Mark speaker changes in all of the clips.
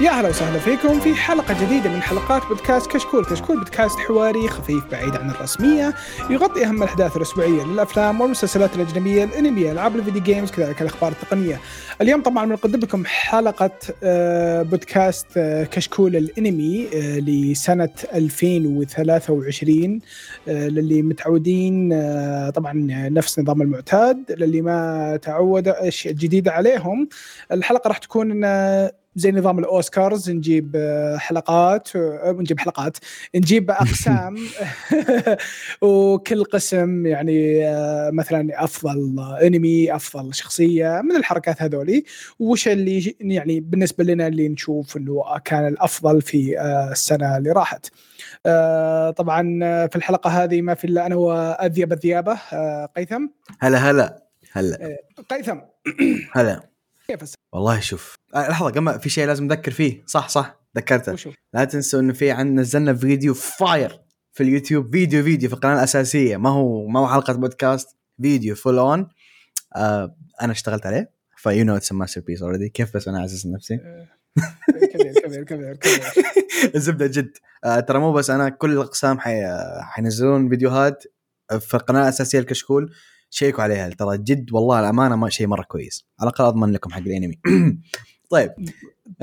Speaker 1: يا هلا وسهلا فيكم في حلقة جديدة من حلقات بودكاست كشكول، كشكول بودكاست حواري خفيف بعيد عن الرسمية، يغطي أهم الأحداث الأسبوعية للأفلام والمسلسلات الأجنبية، الأنمي، ألعاب الفيديو جيمز، كذلك الأخبار التقنية. اليوم طبعا بنقدم لكم حلقة آه، بودكاست آه، كشكول الأنمي آه، لسنة 2023 آه، للي متعودين آه، طبعا نفس نظام المعتاد، للي ما تعود أشياء جديدة عليهم. الحلقة راح تكون إن زي نظام الاوسكارز نجيب آه، حلقات آه، نجيب حلقات نجيب اقسام وكل قسم يعني آه، مثلا افضل انمي افضل شخصيه من الحركات هذولي وش اللي ج- يعني بالنسبه لنا اللي نشوف انه كان الافضل في آه، السنه اللي راحت آه، طبعا آه، في الحلقه هذه ما في الا انا واذيب الذيابه آه، قيثم
Speaker 2: هلا هلا هلا
Speaker 1: قيثم
Speaker 2: هلا
Speaker 1: كيف السنه
Speaker 2: والله شوف آه، لحظه قبل في شيء لازم نذكر فيه صح صح ذكرته
Speaker 1: وشو
Speaker 2: لا تنسوا انه في عندنا نزلنا فيديو فاير في اليوتيوب فيديو فيديو في القناه الاساسيه ما هو ما هو حلقه بودكاست فيديو فول اون آه انا اشتغلت عليه فيو نو اتس ماستر بيس اوريدي كيف بس انا اعزز نفسي
Speaker 1: آه، كبير كبير كبير كبير
Speaker 2: الزبده جد آه ترى مو بس انا كل الاقسام حي... حينزلون فيديوهات في القناه الاساسيه الكشكول شيكوا عليها ترى جد والله الامانه ما شيء مره كويس على الاقل اضمن لكم حق الانمي طيب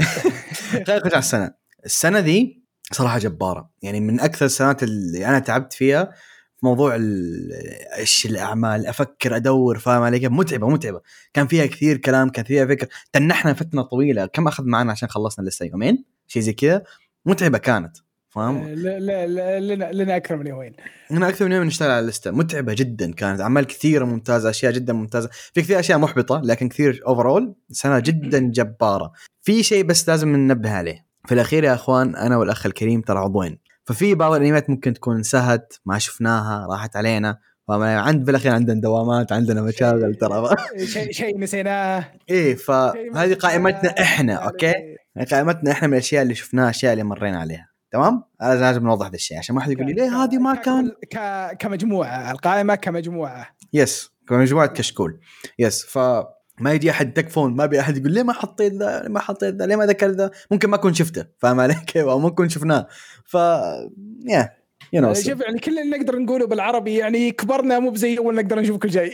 Speaker 2: خلينا نرجع السنه السنه ذي صراحه جباره يعني من اكثر السنوات اللي انا تعبت فيها في موضوع ال- ايش الاعمال افكر ادور فاهم علي كيف؟ متعبه متعبه كان فيها كثير كلام كان فيها فكر تنحنا فتنه طويله كم اخذ معنا عشان خلصنا لسه يومين شيء زي كذا متعبه كانت فاهم؟
Speaker 1: لا لا لا لنا لنا اكثر من يومين
Speaker 2: انا اكثر من يوم نشتغل على اللسته متعبه جدا كانت اعمال كثيره ممتازه اشياء جدا ممتازه في كثير اشياء محبطه لكن كثير اوفرول سنه جدا جباره في شيء بس لازم ننبه عليه في الاخير يا اخوان انا والاخ الكريم ترى عضوين ففي بعض الانميات ممكن تكون انسهت ما شفناها راحت علينا فما- عند في الاخير عندنا دوامات عندنا مشاغل ترى
Speaker 1: شيء شيء نسيناه
Speaker 2: ايه
Speaker 1: شيء ما نعم، شفناه.
Speaker 2: فهذه قائمتنا احنا اوكي يعني قائمتنا احنا من الاشياء اللي شفناها الاشياء اللي مرينا عليها تمام هذا لازم نوضح هذا الشيء عشان ما حد يقول لي ليه هذه ما
Speaker 1: ك-
Speaker 2: كان
Speaker 1: ك- كمجموعه القائمه كمجموعه
Speaker 2: يس مجموعه كشكول يس ف ما يجي احد تكفون ما ابي احد يقول ليه ما حطيت ذا ليه ما حطيت ذا ليه ما ذكرت ذا ممكن ما اكون شفته فاهم علي كيف او ما نكون شفناه ف يا يو نو
Speaker 1: شوف يعني كل اللي نقدر نقوله بالعربي يعني كبرنا مو بزي اول نقدر نشوف كل شيء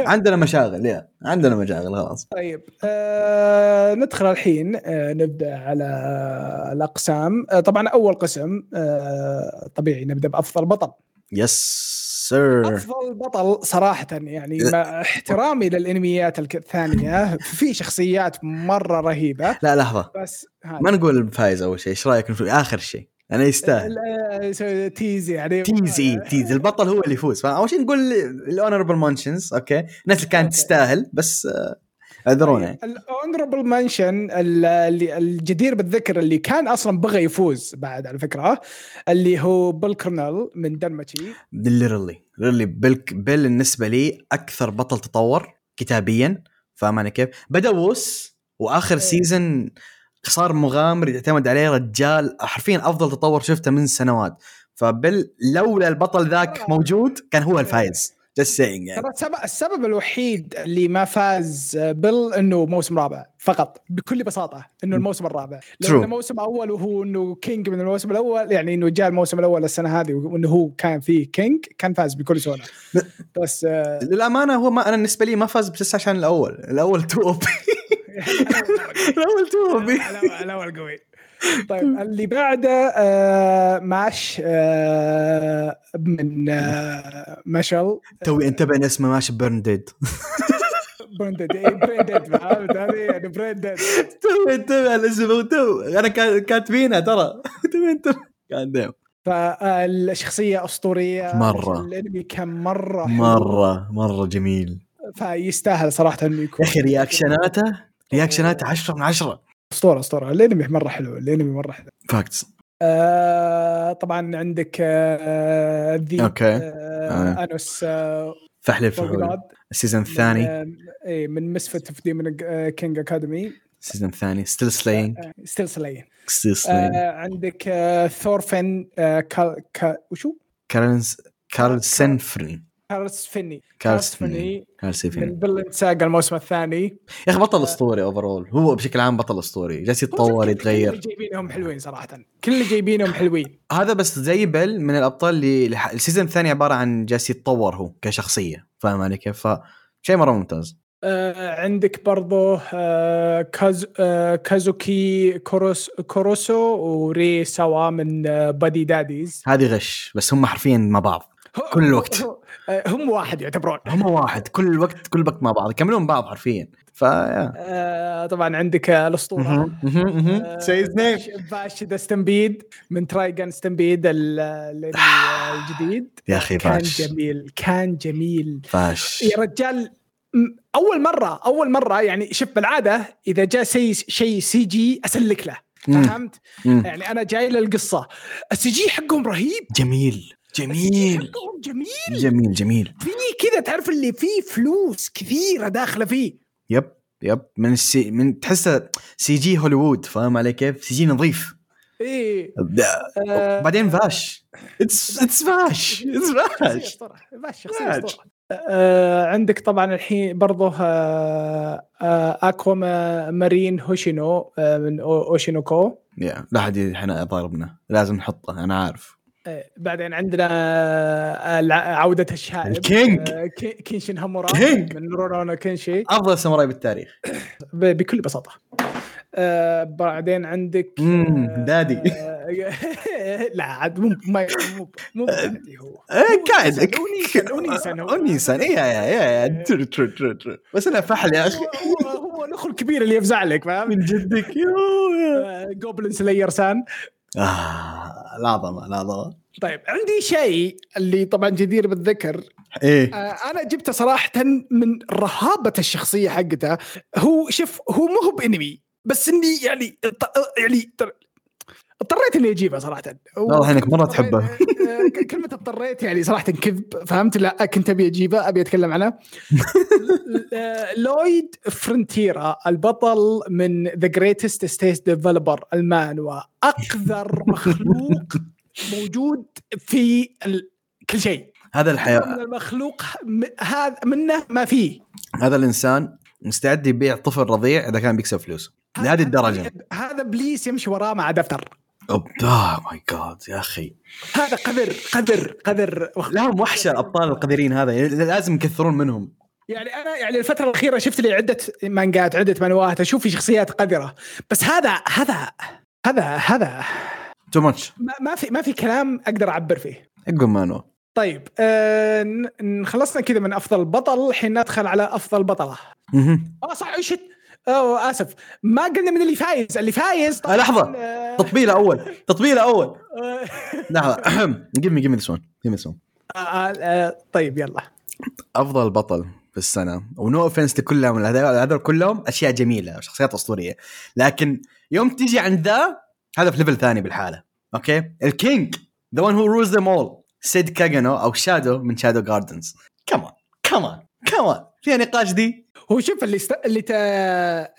Speaker 2: عندنا مشاغل يا عندنا مشاغل خلاص
Speaker 1: طيب آه ندخل الحين آه نبدا على الاقسام آه طبعا اول قسم آه طبيعي نبدا بافضل بطل
Speaker 2: يس سير
Speaker 1: افضل بطل صراحه يعني
Speaker 2: إيه.
Speaker 1: مع احترامي للانميات الك- الثانيه في شخصيات مره رهيبه
Speaker 2: لا لحظه
Speaker 1: بس هذا.
Speaker 2: ما نقول الفايز اول شيء ايش رايك نقول اخر شيء انا يستاهل
Speaker 1: ال- سوي تيز يعني
Speaker 2: تيز اي تيز البطل هو اللي يفوز فاول شيء نقول الاونربل منشنز اوكي الناس اللي كانت
Speaker 1: أوكي.
Speaker 2: تستاهل بس آه، اعذرونا يعني
Speaker 1: الاونربل منشن الجدير بالذكر اللي كان اصلا بغى يفوز بعد على فكره اللي هو بالكرنل من دنماتشي
Speaker 2: ليرلي ليرلي بيل بيل بالنسبه لي اكثر بطل تطور كتابيا فاهم انا كيف؟ بدا ووس واخر
Speaker 1: إيه.
Speaker 2: سيزن صار مغامر يعتمد عليه رجال حرفيا افضل تطور شفته من سنوات فبل لولا البطل
Speaker 1: ترى-
Speaker 2: ذاك موجود كان هو الفايز جست سينج يعني
Speaker 1: ترى السبب, السبب الوحيد اللي ما فاز بل انه موسم رابع فقط بكل بساطه انه الموسم الرابع
Speaker 2: True.
Speaker 1: لو انه موسم اول وهو انه كينج من الموسم الاول يعني انه جاء الموسم الاول السنه هذه وانه هو كان فيه كينج كان فاز بكل سهوله بس آه،
Speaker 2: للامانه هو ما انا بالنسبه لي ما فاز بس عشان الاول الاول تو اوبي الاول تو اوبي
Speaker 1: الاول الأول قوي طيب اللي بعده آه ماش آه من آه مشل
Speaker 2: توي انتبه إن اسمه ماشي بيرن ديد
Speaker 1: برندد إيه، برندد فهمت هذه يعني برندد
Speaker 2: توي انتبه على اسمه تو انا كا- كاتبينها ترى توي انتبه God damn.
Speaker 1: فالشخصية أسطورية
Speaker 2: مرة.
Speaker 1: الأنمي كان مرة حلو.
Speaker 2: مره مره جميل
Speaker 1: فيستاهل صراحة إنه يكون
Speaker 2: يا اخي رياكشناته رياكشناته 10 من 10
Speaker 1: أسطورة أسطورة الأنمي مرة حلو الأنمي مرة حلو
Speaker 2: فاكتس
Speaker 1: آه طبعا عندك آه ذي
Speaker 2: أوكي.
Speaker 1: آه
Speaker 2: آه.
Speaker 1: أنوس آه
Speaker 2: فحل الفحول
Speaker 1: فولجراد
Speaker 2: السيزون
Speaker 1: من-
Speaker 2: الثاني
Speaker 1: آه، اي من مسفت اوف ديمون كينج اكاديمي
Speaker 2: السيزون الثاني ستيل سلاينج
Speaker 1: ستيل سلاين
Speaker 2: ستيل سلاينج
Speaker 1: عندك آه، ثورفن آه، كال كا وشو؟
Speaker 2: كارل كارل سنفري
Speaker 1: كارلس فيني
Speaker 2: كارلس فيني كارلس
Speaker 1: من
Speaker 2: فيني
Speaker 1: فيلن ساقا الموسم الثاني
Speaker 2: يا اخي بطل اسطوري اوفرول هو بشكل عام بطل اسطوري جالس يتطور
Speaker 1: كل
Speaker 2: يتغير
Speaker 1: اللي جايبينهم حلوين صراحه كل اللي جايبينهم حلوين
Speaker 2: هذا بس زي بل من الابطال اللي لح- السيزون الثاني عباره عن جالس يتطور هو كشخصيه فاهم علي كيف؟ فشيء مره ممتاز
Speaker 1: آه عندك برضو آه كاز آه كازوكي كوروس كوروسو وري سوا من آه بادي داديز
Speaker 2: هذه غش بس هم حرفيا مع بعض
Speaker 1: هو-
Speaker 2: كل الوقت.
Speaker 1: هو- آه، هم واحد يعتبرون
Speaker 2: هم واحد كل الوقت كل وقت مع بعض يكملون بعض حرفيا فيا
Speaker 1: آه طبعا عندك آه الاسطوره آه،
Speaker 2: سيز نيم
Speaker 1: باشد ستمبيد من ترايجن ستمبيد ال- الانمي الجديد
Speaker 2: آه. يا أخي
Speaker 1: كان
Speaker 2: باش.
Speaker 1: جميل كان جميل
Speaker 2: فاش
Speaker 1: يا رجال م- اول مره اول مره يعني شوف بالعاده اذا جاء شيء شيء سي جي اسلك له
Speaker 2: مم.
Speaker 1: فهمت؟
Speaker 2: مم.
Speaker 1: يعني انا جاي للقصه السي جي حقهم رهيب
Speaker 2: جميل جميل
Speaker 1: حقهم جميل
Speaker 2: جميل جميل
Speaker 1: في كذا تعرف اللي فيه فلوس كثيره داخله فيه
Speaker 2: يب يب من السي من تحسه سي جي هوليوود فاهم علي كيف؟ سي جي نظيف
Speaker 1: ايه
Speaker 2: ده-
Speaker 1: آه،
Speaker 2: بعدين فاش اتس اتس فاش اتس فاش
Speaker 1: شخصية أسطورة. باش شخصية
Speaker 2: باش.
Speaker 1: أسطورة. آه عندك طبعا الحين برضه آه آه اكوا ما- مارين هوشينو آه من أو- اوشينوكو
Speaker 2: يا لا احد احنا ضاربنا لازم نحطه انا عارف
Speaker 1: آه بعدين عندنا آه الع- عودة الشائب
Speaker 2: الكينج.
Speaker 1: آه كي- كينشن هامورا
Speaker 2: كينج.
Speaker 1: من رورونا كينشي
Speaker 2: افضل ساموراي بالتاريخ
Speaker 1: ب- بكل بساطه آه بعدين عندك
Speaker 2: مم،
Speaker 1: آه،
Speaker 2: دادي.
Speaker 1: آه، لا عاد مو ما- مو مو دادي هو
Speaker 2: إيه، قاعد
Speaker 1: أونيسن- أونيسن هو.
Speaker 2: اونيسان اي اي اي ترو ترو ترو ترو بس انا فحل يا اخي
Speaker 1: هو هو الاخ الكبير اللي يفزع لك فاهم
Speaker 2: من جدك يو
Speaker 1: جوبلين سلاير سان
Speaker 2: آه العظمه العظمه
Speaker 1: طيب عندي شيء اللي طبعا جدير بالذكر آه،
Speaker 2: ايه
Speaker 1: انا جبته صراحه من رهابه الشخصيه حقته هو شوف هو مو هو بانمي بس اني يعني اضط- يعني اضطر- اضطريت اني اجيبه صراحه
Speaker 2: واضح إنك مرة تحبه.
Speaker 1: آه، ك- كلمه اضطريت يعني صراحه كذب فهمت لا كنت ابي اجيبه ابي اتكلم عنه آه، لويد فرنتيرا البطل من ذا جريتست ستيت ديفلوبر المانوا اقذر مخلوق موجود في ال- كل شيء
Speaker 2: هذا الحياه
Speaker 1: من المخلوق م- هذا منه ما فيه
Speaker 2: هذا الانسان مستعد يبيع طفل رضيع اذا كان بيكسب فلوس لهذه الدرجه
Speaker 1: هذا ابليس يمشي وراه مع دفتر
Speaker 2: اوه ماي جاد آه، يا اخي
Speaker 1: هذا قذر قذر قذر
Speaker 2: لهم وحشه الابطال القديرين هذا يعني لازم يكثرون منهم
Speaker 1: يعني انا يعني الفتره الاخيره شفت لي عده مانجات عده مانوات اشوف في شخصيات قذره بس هذا هذا هذا هذا
Speaker 2: تو ماتش
Speaker 1: ما, ما في ما في كلام اقدر اعبر فيه
Speaker 2: حقهم مانو
Speaker 1: طيب آه ن- ن- خلصنا كذا من افضل بطل الحين ندخل على افضل بطله
Speaker 2: مهم.
Speaker 1: اه صح شت اوه اسف ما قلنا من اللي فايز اللي فايز طبعاً،
Speaker 2: لحظة.
Speaker 1: آه،
Speaker 2: تطبيله اول تطبيله اول
Speaker 1: آه،
Speaker 2: لحظه جيب مي جيب مي ذس ون جيب مي ذس ون
Speaker 1: آه، آه، طيب يلا
Speaker 2: افضل بطل في السنه ونو اوفنس لكلهم هذول كلهم اشياء جميله وشخصيات اسطوريه لكن يوم تيجي عند ذا هذا في ليفل ثاني بالحاله اوكي الكينج ذا ون هو رولز ذيم اول سيد كاجانو او شادو من شادو جاردنز كمان كمان كمان فيها نقاش دي
Speaker 1: هو شوف اللي است... اللي ت...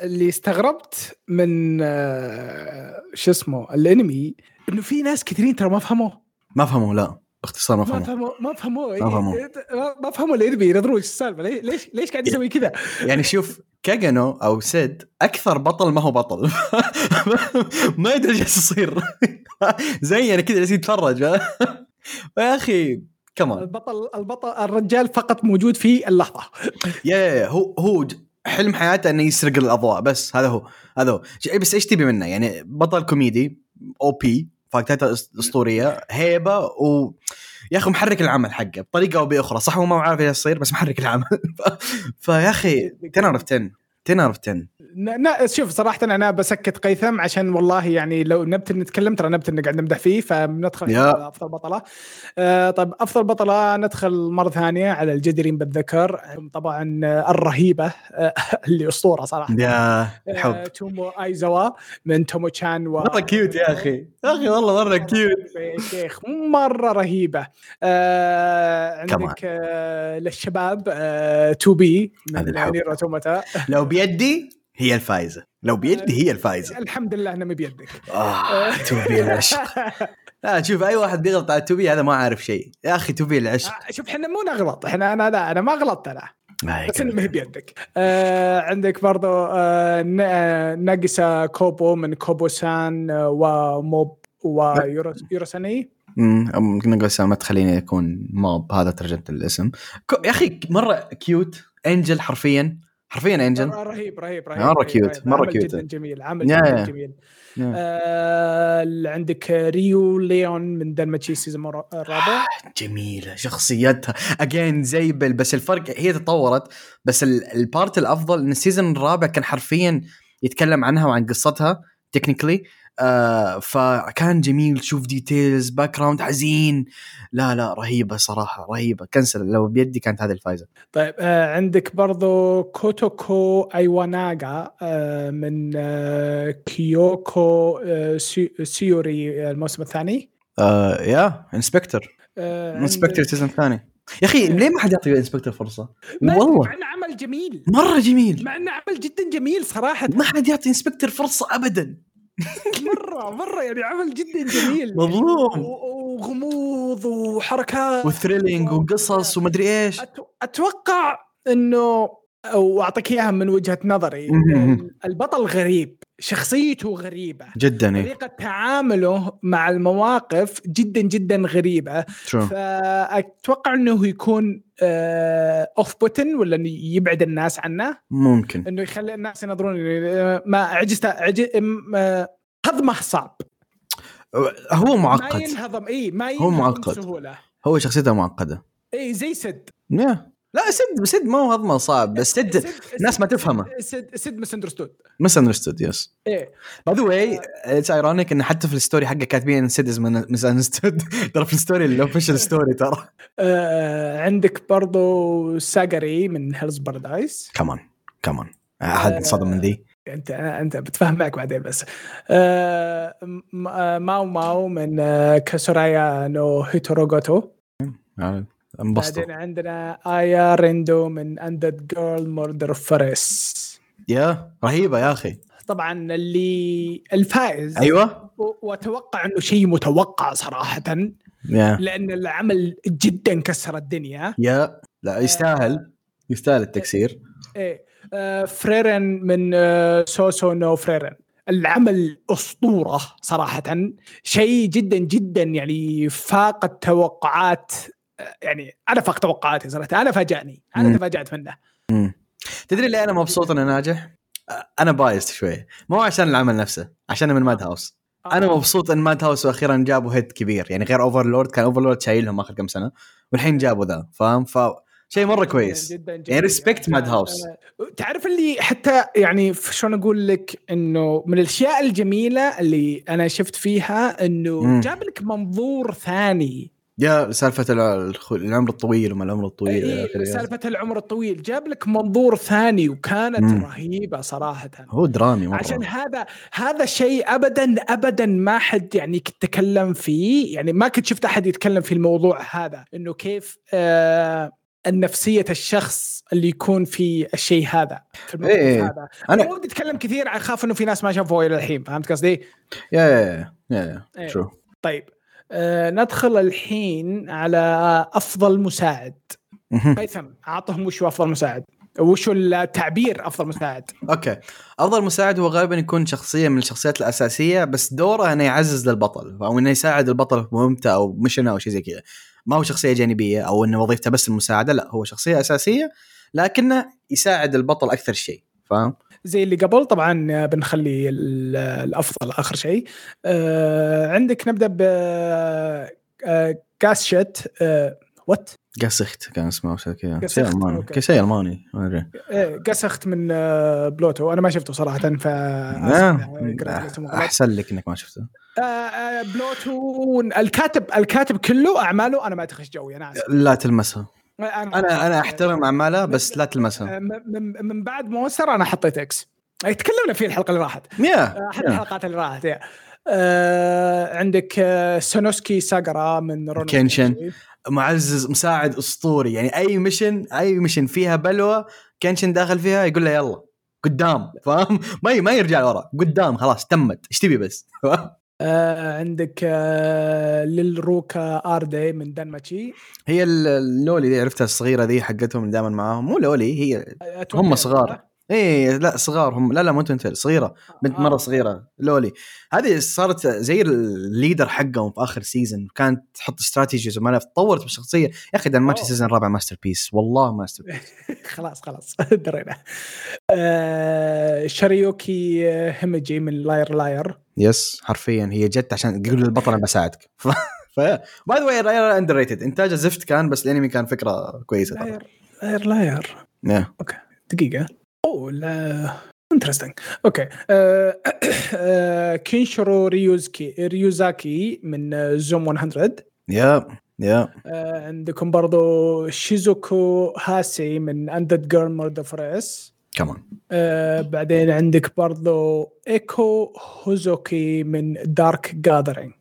Speaker 1: اللي استغربت من آه، شو اسمه الانمي انه في ناس كثيرين ترى ما فهموه
Speaker 2: ما فهموا لا باختصار ما
Speaker 1: ما
Speaker 2: فهموا
Speaker 1: فهموا ما فهموه إيه.
Speaker 2: ما فهموه.
Speaker 1: ما- ما فهموا الانمي ينظروا ايش السالفه ليه- ليش ليش قاعد يسوي كذا؟
Speaker 2: يعني شوف كاجانو او سيد اكثر بطل ما هو بطل ما يدري ايش يصير زي يعني كذا جالس يتفرج يا اخي كمان
Speaker 1: البطل البطل الرجال فقط موجود في اللحظه
Speaker 2: يا, يا, يا هو هو ج- حلم حياته انه يسرق الاضواء بس هذا هو هذا هو ج- بس ايش تبي منه يعني بطل كوميدي او بي فاكتاته أس- اسطوريه هيبه و يا اخي محرك العمل حقه بطريقه او باخرى صح هو ما عارف ايش يصير بس محرك العمل ف... فيا اخي 10 اوت اوف 10 10 اوت اوف 10
Speaker 1: ن... ن... شوف صراحه انا بسكت قيثم عشان والله يعني لو نبت نتكلم ترى نبت قاعد نمدح فيه فبندخل
Speaker 2: يا.
Speaker 1: على افضل بطله آه طب افضل بطله ندخل مره ثانيه على الجديرين بالذكر طبعا آه، الرهيبه آه اللي اسطوره صراحه
Speaker 2: يا
Speaker 1: آه
Speaker 2: الحب
Speaker 1: تومو ايزوا من تومو تشان و
Speaker 2: مره كيوت يا اخي يا اخي والله مره كيوت
Speaker 1: يا شيخ مره رهيبه آه
Speaker 2: كمان.
Speaker 1: عندك آه للشباب آه تو بي
Speaker 2: هذا
Speaker 1: من
Speaker 2: الحب.
Speaker 1: نير اوتوماتا
Speaker 2: لو بيدي هي الفايزه لو بيدي هي الفايزه
Speaker 1: الحمد لله انه ما بيدك
Speaker 2: اه توبي آه، العشق لا شوف اي واحد بيغلط على توبي هذا ما عارف شيء يا اخي توبي العشق
Speaker 1: آه، شوف احنا مو نغلط احنا انا لا انا ما غلطت انا بس انه ما هي بيدك آه عندك برضو آه ن- آه، ناقصة كوبو من كوبو سان آه، وموب ويوروساني
Speaker 2: امم نقص ما تخليني اكون موب هذا ترجمه الاسم كو... يا اخي مره كيوت انجل حرفيا حرفيا انجل
Speaker 1: آه، رهيب رهيب رهيب
Speaker 2: مرة
Speaker 1: رهيب،
Speaker 2: cute،
Speaker 1: رهيب.
Speaker 2: مرة
Speaker 1: عمل
Speaker 2: cute.
Speaker 1: جدا جميل عمل
Speaker 2: Yeah,
Speaker 1: جدا
Speaker 2: yeah.
Speaker 1: جميل
Speaker 2: Yeah.
Speaker 1: آه ال- عندك ريو ليون من دنماتشي السيزون المر- الرابع
Speaker 2: جميله شخصيتها اجين زي بل بس الفرق هي تطورت بس ال- البارت الافضل ان السيزون الرابع كان حرفيا يتكلم عنها وعن قصتها تكنيكلي آه فكان جميل تشوف ديتيلز باك جراوند حزين لا لا رهيبه صراحه رهيبه كنسل لو بيدي كانت هذه الفايزه
Speaker 1: طيب آه عندك برضو كوتوكو ايواناغا آه من آه كيوكو آه سي- سيوري آه، الموسم الثاني
Speaker 2: آه يا انسبكتر
Speaker 1: آه، عند-
Speaker 2: انسبكتر سيزون ثاني يا اخي ليه ما حد يعطي انسبكتر فرصه؟
Speaker 1: إيه. ما أدري، مع
Speaker 2: والله
Speaker 1: انه عمل جميل
Speaker 2: مره جميل
Speaker 1: مع انه عمل جدا جميل صراحه
Speaker 2: ما حد يعطي انسبكتر فرصه ابدا
Speaker 1: مره مره يعني عمل جدا جميل
Speaker 2: مظلوم.
Speaker 1: و- وغموض وحركات
Speaker 2: وثريلينج وقصص ومدري ايش
Speaker 1: أت- اتوقع انه واعطيك اياها من وجهه نظري
Speaker 2: مهم.
Speaker 1: البطل غريب شخصيته غريبه
Speaker 2: جدا إيه.
Speaker 1: طريقة تعامله مع المواقف جدا جدا غريبة
Speaker 2: شو
Speaker 1: فأتوقع أنه يكون أوف بوتن ولا إنه يبعد الناس عنه
Speaker 2: ممكن
Speaker 1: انه يخلي الناس ينظرون إلي- ما عجزت عجز ما- آه، هضمه صعب ما
Speaker 2: هو معقد
Speaker 1: ينهضم اي ما
Speaker 2: هو
Speaker 1: ينهضم
Speaker 2: معقد.
Speaker 1: بسهوله
Speaker 2: هو شخصيته معقده
Speaker 1: اي زي سد
Speaker 2: يا لا سد سد ما هو هضمه صعب بس سد ناس ما تفهمه.
Speaker 1: سد سد مس اندرستود
Speaker 2: مس اندرستود يس
Speaker 1: ايه
Speaker 2: باي ذا واي اتس ايرونيك ان حتى في الستوري حقه كاتبين ان سد از مس اندرستود ترى في الستوري الاوفيشال ستوري ترى
Speaker 1: آه عندك برضو ساجري من هيلز بارادايس
Speaker 2: كمان كمان احد انصدم من ذي
Speaker 1: انت انت بتفهم معك بعدين بس آه م- آه، ماو ماو من آه كاسورايا نو هيتوروغوتو
Speaker 2: آه، انبسطوا
Speaker 1: بعدين عندنا ايا ريندو من اندد جيرل موردر فارس
Speaker 2: يا رهيبه يا اخي
Speaker 1: طبعا اللي الفائز
Speaker 2: ايوه
Speaker 1: و- واتوقع انه شيء متوقع صراحه
Speaker 2: يا
Speaker 1: لان العمل جدا كسر الدنيا
Speaker 2: يا لا يستاهل يستاهل التكسير
Speaker 1: إيه. آه، فريرن من آه، سوسو نو فريرن العمل اسطوره صراحه شيء جدا جدا يعني فاق التوقعات آه، يعني انا فاق توقعاتي صراحه انا فاجأني
Speaker 2: مم.
Speaker 1: انا تفاجأت منه
Speaker 2: تدري ليه انا مبسوط انه ناجح؟ أ- انا بايست شوي مو عشان العمل نفسه عشان من ماد هاوس
Speaker 1: آه.
Speaker 2: انا مبسوط ان ماد هاوس واخيرا جابوا هيد كبير يعني غير اوفرلورد كان اوفرلورد شايلهم اخر كم سنه والحين جابوا ذا فاهم ف شيء مره كويس
Speaker 1: جدا جدا
Speaker 2: يعني respect
Speaker 1: جداً.
Speaker 2: Madhouse.
Speaker 1: آه، تعرف اللي حتى يعني ف- شلون اقول لك انه من الاشياء الجميله اللي انا شفت فيها
Speaker 2: مم.
Speaker 1: انه جاب لك منظور ثاني
Speaker 2: يا سالفه ال- الخ- العمر الطويل وما العمر الطويل إلى
Speaker 1: إيه،
Speaker 2: آخره.
Speaker 1: سالفه العمر الطويل جاب لك منظور ثاني وكانت
Speaker 2: مم.
Speaker 1: رهيبه صراحه
Speaker 2: هو درامي مره
Speaker 1: عشان هذا هذا شيء ابدا ابدا ما حد يعني كنت تكلم فيه يعني ما كنت شفت احد يتكلم في الموضوع هذا انه كيف آه النفسية الشخص اللي يكون في الشيء هذا في الموقف
Speaker 2: إيه.
Speaker 1: هذا انا
Speaker 2: انا
Speaker 1: ما ودي اتكلم كثير اخاف انه في ناس ما شافوه الى الحين فهمت قصدي؟
Speaker 2: يا يا يا
Speaker 1: إيه.
Speaker 2: ترو
Speaker 1: طيب آه ندخل الحين على افضل مساعد قيثم اعطهم وش هو افضل مساعد وش هو التعبير افضل مساعد
Speaker 2: اوكي افضل مساعد هو غالبا يكون شخصيه من الشخصيات الاساسيه بس دوره انه يعزز للبطل او انه يساعد البطل في مهمته او مشن او شيء زي كذا ما هو شخصيه جانبيه او انه وظيفته بس المساعده لا هو شخصيه اساسيه لكنه يساعد البطل اكثر شيء فاهم
Speaker 1: زي اللي قبل طبعا آه، بنخلي ال- الافضل اخر شيء آه عندك نبدا ب آه، كاسشت آه وات
Speaker 2: قسخت كان اسمه او شيء كذا شيء
Speaker 1: قسخت،
Speaker 2: الماني
Speaker 1: أوكي.
Speaker 2: شيء الماني ما ادري
Speaker 1: آه، قسخت من آه، بلوتو انا ما شفته صراحه ف
Speaker 2: آه،
Speaker 1: قريت الاسم غلط.
Speaker 2: احسن لك انك ما شفته
Speaker 1: آه، آه، بلوتون الكاتب الكاتب كله اعماله انا ما ادخل جوي انا اسف
Speaker 2: لا تلمسها انا انا احترم اعماله بس لا تلمسها
Speaker 1: آه، من- من من بعد مونستر انا حطيت اكس آه، تكلمنا فيه الحلقه اللي راحت آه،
Speaker 2: يا
Speaker 1: احد
Speaker 2: يا.
Speaker 1: الحلقات اللي راحت يا. آه عندك آه، سونوسكي ساجرا من رونو
Speaker 2: كينشن. معزز مساعد اسطوري يعني اي ميشن اي ميشن فيها بلوى كنشن داخل فيها يقول له يلا قدام فاهم ما ي- ما يرجع لورا قدام خلاص تمت ايش تبي بس
Speaker 1: آه عندك آه للروكا اردي من دنماتشي
Speaker 2: هي ال- اللولي دي عرفتها الصغيره ذي حقتهم دائما معاهم مو لولي هي
Speaker 1: آه،
Speaker 2: هم
Speaker 1: توينتيل.
Speaker 2: صغار. ايه لا صغار هم لا لا مو توينتل صغيره بنت
Speaker 1: آه.
Speaker 2: مره صغيره لولي هذه صارت زي الليدر حقهم في اخر سيزون كانت تحط استراتيجيز وما أعرف، تطورت بالشخصيه يا اخي دنماتشي
Speaker 1: أوه.
Speaker 2: السيزون الرابع ماستر بيس والله ماستر بيس
Speaker 1: خلاص خلاص درينا آه شاريوكي آه، همجي من لاير لاير
Speaker 2: يس حرفيا هي جت عشان تقول للبطل انا بساعدك ف باي ذا واي راير اندر ريتد انتاجه زفت كان بس الانمي كان فكره كويسه ترى
Speaker 1: لاير لاير لاير
Speaker 2: Yeah.
Speaker 1: دقيقة اوه لا انترستنج اوكي آه، آه، كينشرو ريوزكي ريوزاكي من آه، زوم 100
Speaker 2: يا يا
Speaker 1: آه، عندكم برضو شيزوكو هاسي من اندد جيرل ميردر فور اس
Speaker 2: كمان
Speaker 1: آه، بعدين عندك برضو ايكو هوزوكي من دارك جاذرينج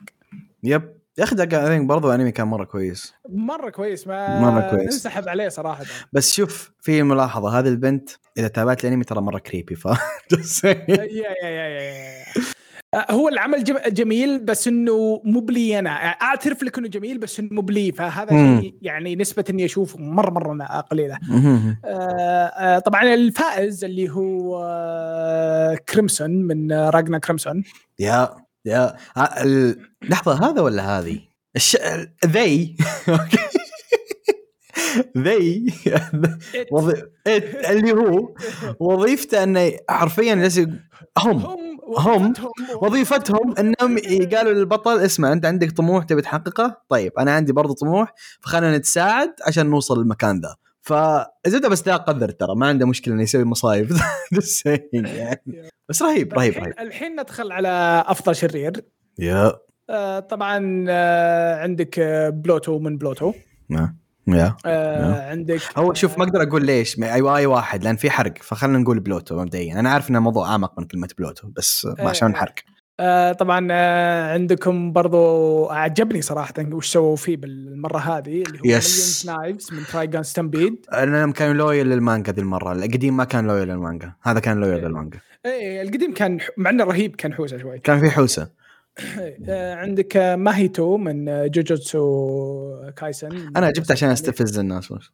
Speaker 2: يب يا اخي دارك أنمي برضو انمي كان مره كويس
Speaker 1: مره كويس ما
Speaker 2: مرة كويس.
Speaker 1: انسحب عليه صراحه
Speaker 2: بس شوف في ملاحظه هذه البنت اذا تابعت الانمي ترى مره كريبي ف just
Speaker 1: يا
Speaker 2: saying.
Speaker 1: يا يا يا- يا آه، هو العمل جم- جميل بس انه مو بلي انا آه، اعترف لك انه جميل بس انه مو بلي فهذا
Speaker 2: مم.
Speaker 1: شيء يعني نسبه اني اشوفه مره مره أنا قليله
Speaker 2: مهم.
Speaker 1: آه، آه، طبعا الفائز اللي هو آه، كريمسون من آه، راجنا كريمسون
Speaker 2: يا يا ه- آه، ال- لحظه هذا ولا هذه؟ الش... ذي اوكي ذي وظ- إت- إيه، اللي هو وظيفته انه حرفيا لازم هم
Speaker 1: هم
Speaker 2: هم
Speaker 1: وظيفتهم-
Speaker 2: وظيفتهم انهم قالوا للبطل اسمع انت عندك طموح تبي تحققه طيب انا عندي برضه طموح فخلينا نتساعد عشان نوصل للمكان ذا فزبده بس لا قدر ترى ما عنده مشكله انه يسوي مصايب Just saying يعني. بس رهيب رهيب
Speaker 1: الحين-
Speaker 2: رهيب
Speaker 1: الحين ندخل على افضل شرير
Speaker 2: يا
Speaker 1: آه، طبعا آه، عندك آه، بلوتو من بلوتو
Speaker 2: ما- يا
Speaker 1: آه، عندك
Speaker 2: نعم. هو شوف ما اقدر اقول ليش ما- ايوه اي واحد لان في حرق فخلنا نقول بلوتو مبدئيا انا عارف انه موضوع اعمق من كلمه بلوتو بس ما عشان
Speaker 1: إيه.
Speaker 2: الحرق
Speaker 1: آه، طبعا آه، عندكم برضو اعجبني صراحه وش سووا فيه بالمره هذه اللي هو
Speaker 2: Yes.
Speaker 1: نايفز من ترايجان ستامبيد
Speaker 2: انا كان لويل للمانجا ذي المره القديم ما كان لويل للمانجا هذا كان لويل
Speaker 1: إيه.
Speaker 2: للمانجا
Speaker 1: ايه القديم كان ح- مع انه رهيب كان حوسه شوي
Speaker 2: كان في حوسه
Speaker 1: آه، عندك آه، ماهيتو من آه، جوجوتسو كايسن
Speaker 2: انا جبت
Speaker 1: إيه.
Speaker 2: عشان استفز الناس بس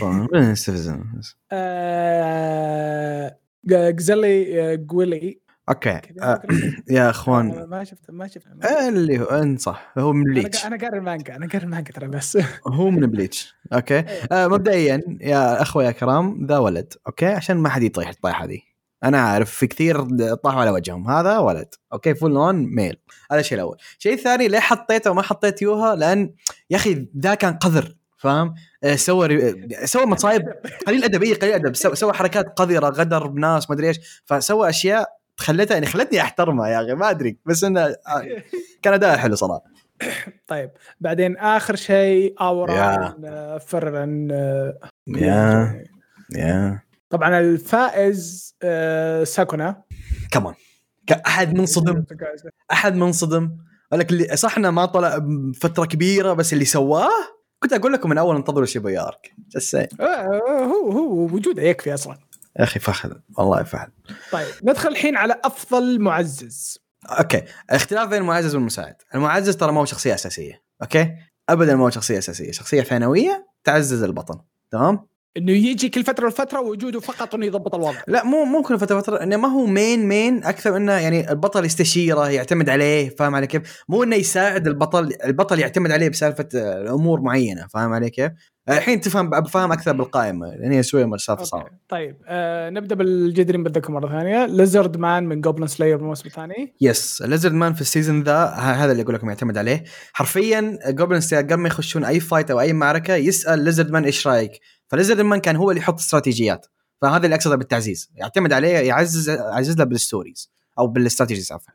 Speaker 2: طبعاً، من استفز الناس
Speaker 1: آه، ج- جزلي آه، جويلي
Speaker 2: اوكي
Speaker 1: كذا
Speaker 2: آه،
Speaker 1: أقرأ.
Speaker 2: يا
Speaker 1: آه،
Speaker 2: اخوان
Speaker 1: ما شفت ما شفت ما شفت.
Speaker 2: آه، اللي هو ان صح هو من
Speaker 1: أنا
Speaker 2: بليتش
Speaker 1: قا- انا قاري المانجا انا قاري المانجا ترى بس
Speaker 2: هو من بليتش اوكي آه، مبدئيا يا اخوي يا كرام ذا ولد اوكي عشان ما حد يطيح الطيحه دي انا عارف في كثير طاحوا على وجههم هذا ولد اوكي فول اون ميل هذا الشيء الاول الشيء الثاني ليه حطيته وما حطيت يوها لان يا اخي ذا كان قذر فاهم آه، سوى ري... سوى مصايب قليل ادب اي قليل ادب سوى, سوى حركات قذره غدر بناس ما ادري ايش فسوى اشياء خلتها يعني خلتني احترمها يا اخي ما ادري بس انه آه، كان اداء حلو صراحه
Speaker 1: طيب بعدين اخر شيء
Speaker 2: يا.
Speaker 1: اورا من، آه، فرن آه،
Speaker 2: يا
Speaker 1: طبعا الفائز آه، ساكونا
Speaker 2: كمان احد منصدم احد منصدم قال لك اللي صح انه ما طلع فتره كبيره بس اللي سواه كنت اقول لكم من اول انتظروا شيبوي ارك بس يا
Speaker 1: آه، آه، هو هو وجوده يكفي اصلا
Speaker 2: اخي فهد والله فهد
Speaker 1: طيب ندخل الحين على افضل معزز
Speaker 2: اوكي اختلاف بين المعزز والمساعد المعزز ترى ما هو شخصيه اساسيه اوكي ابدا ما هو شخصيه اساسيه شخصيه ثانويه تعزز البطن تمام
Speaker 1: انه يجي كل فتره وفتره وجوده فقط انه يضبط الوضع
Speaker 2: لا مو مو كل فتره فتره انه ما هو مين مين اكثر انه يعني البطل يستشيره يعتمد عليه فاهم علي كيف؟ مو انه يساعد البطل البطل يعتمد عليه بسالفه آه، امور معينه فاهم علي كيف؟ الحين تفهم فاهم يعني اكثر بالقائمه لان هي شويه من السالفه
Speaker 1: أوكي.
Speaker 2: صعبه.
Speaker 1: طيب آه نبدا بالجدرين بتذكر مره ثانيه ليزرد مان من جوبلن سلاير الموسم الثاني
Speaker 2: يس ليزرد مان في السيزون ذا ه- هذا اللي اقول لكم يعتمد عليه حرفيا جوبلن ستير قبل ما يخشون اي فايت او اي معركه يسال ليزرد مان ايش رايك؟ فليزرد مان كان هو اللي يحط استراتيجيات فهذا اللي اقصده بالتعزيز يعتمد عليه يعزز يعزز له بالستوريز او بالاستراتيجيز عفوا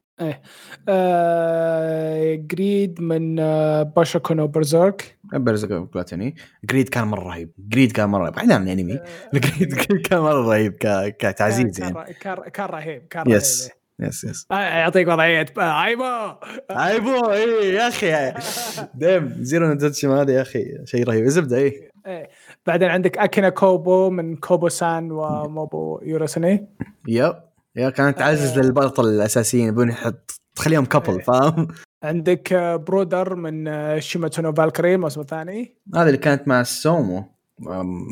Speaker 1: آه جريد من آه باشاكونو برزيرك
Speaker 2: برزق بلاتوني جريد كان مره رهيب جريد كان مره رهيب بعيد عن الانمي جريد جريد كان مره رهيب ك... كتعزيز
Speaker 1: كان-
Speaker 2: يعني
Speaker 1: كان- كان كان رهيب كان رهيب
Speaker 2: يس.
Speaker 1: إيه.
Speaker 2: يس يس
Speaker 1: آه، يعطيك وضعيه آه، ايبو
Speaker 2: ايبو اي إيه، يا اخي ديم زيرو نوتشيما هذا يا اخي شيء رهيب الزبده اي
Speaker 1: إيه. بعدين عندك اكينا كوبو من كوبو سان وموبو يوروسني
Speaker 2: يب يا كانت تعزز للبطل الاساسيين يبون يحط تخليهم كابل
Speaker 1: آه. إيه.
Speaker 2: فاهم
Speaker 1: عندك آه، برودر من آه، شيماتسو نو فالكري الموسم الثاني
Speaker 2: هذا اللي كانت مع السومو أم،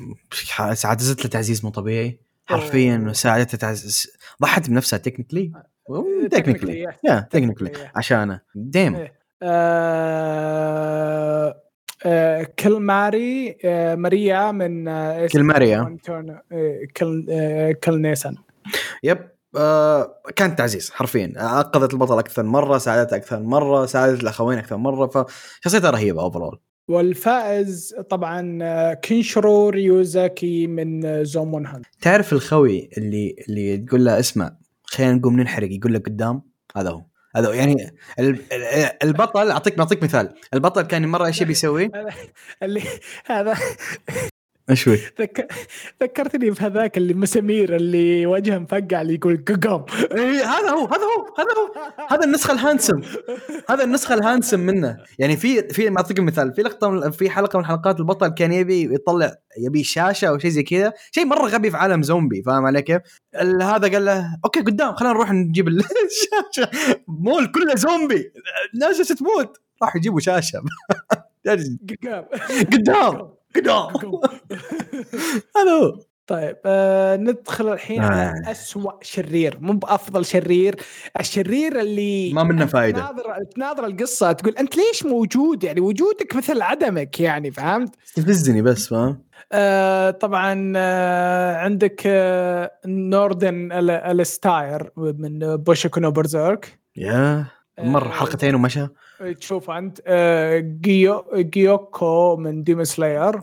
Speaker 2: عززت له تعزيز مو طبيعي حرفيا
Speaker 1: أوه.
Speaker 2: ساعدته تعزيز ضحت بنفسها تكنيكلي
Speaker 1: آه. technically،
Speaker 2: تكنيكلي
Speaker 1: yeah.
Speaker 2: يا تكنيكلي
Speaker 1: technically, yeah.
Speaker 2: عشانه ديم
Speaker 1: إيه. آه، آه، كلماري آه، ماريا من آه، اسم
Speaker 2: كلماريا.
Speaker 1: أنتون- آه، كل آه، كلنيسن
Speaker 2: يب آه كانت تعزيز حرفيا انقذت البطل اكثر مره ساعدته اكثر مره ساعدت الاخوين اكثر مره فشخصيتها رهيبه اوفرول
Speaker 1: والفائز طبعا آه، كينشرو ريوزاكي من آه، زومون هان
Speaker 2: تعرف الخوي اللي اللي تقول له اسمع خلينا نقوم ننحرق يقول لك قدام هذا هو هذا هو يعني ال- ال- البطل اعطيك بعطيك مثال البطل كان مره ايش بيسوي؟
Speaker 1: اللي هذا
Speaker 2: ايش هو؟
Speaker 1: ذك... ذكرتني بهذاك اللي مسامير اللي وجهه مفقع اللي يقول ققم
Speaker 2: إيه، هذا هو هذا هو هذا هو هذا النسخه الهانسم هذا النسخه الهانسم منه يعني في في ما اعطيك مثال في لقطه من في حلقه من حلقات البطل كان يبي يطلع يبي شاشه او شيء زي كذا شيء مره غبي في عالم زومبي فاهم علي كيف؟ ال- هذا قال له اوكي قدام خلينا نروح نجيب ال- الشاشه مول كله زومبي الناس تموت راح يجيبوا شاشه
Speaker 1: ققام
Speaker 2: قدام قدام هذا هو
Speaker 1: طيب آه ندخل الحين على
Speaker 2: آه.
Speaker 1: أسوأ شرير مو بافضل شرير الشرير اللي
Speaker 2: ما منه فائده
Speaker 1: تناظر تناظر القصه تقول انت ليش موجود يعني وجودك مثل عدمك يعني فهمت
Speaker 2: استفزني بس فاهم؟
Speaker 1: آه طبعا آه عندك آه نوردن ال- الستاير من بوشكونو برزيرك
Speaker 2: يا مره حلقتين ومشى
Speaker 1: تشوف انت آه، جيو جيوكو من ديمون سلاير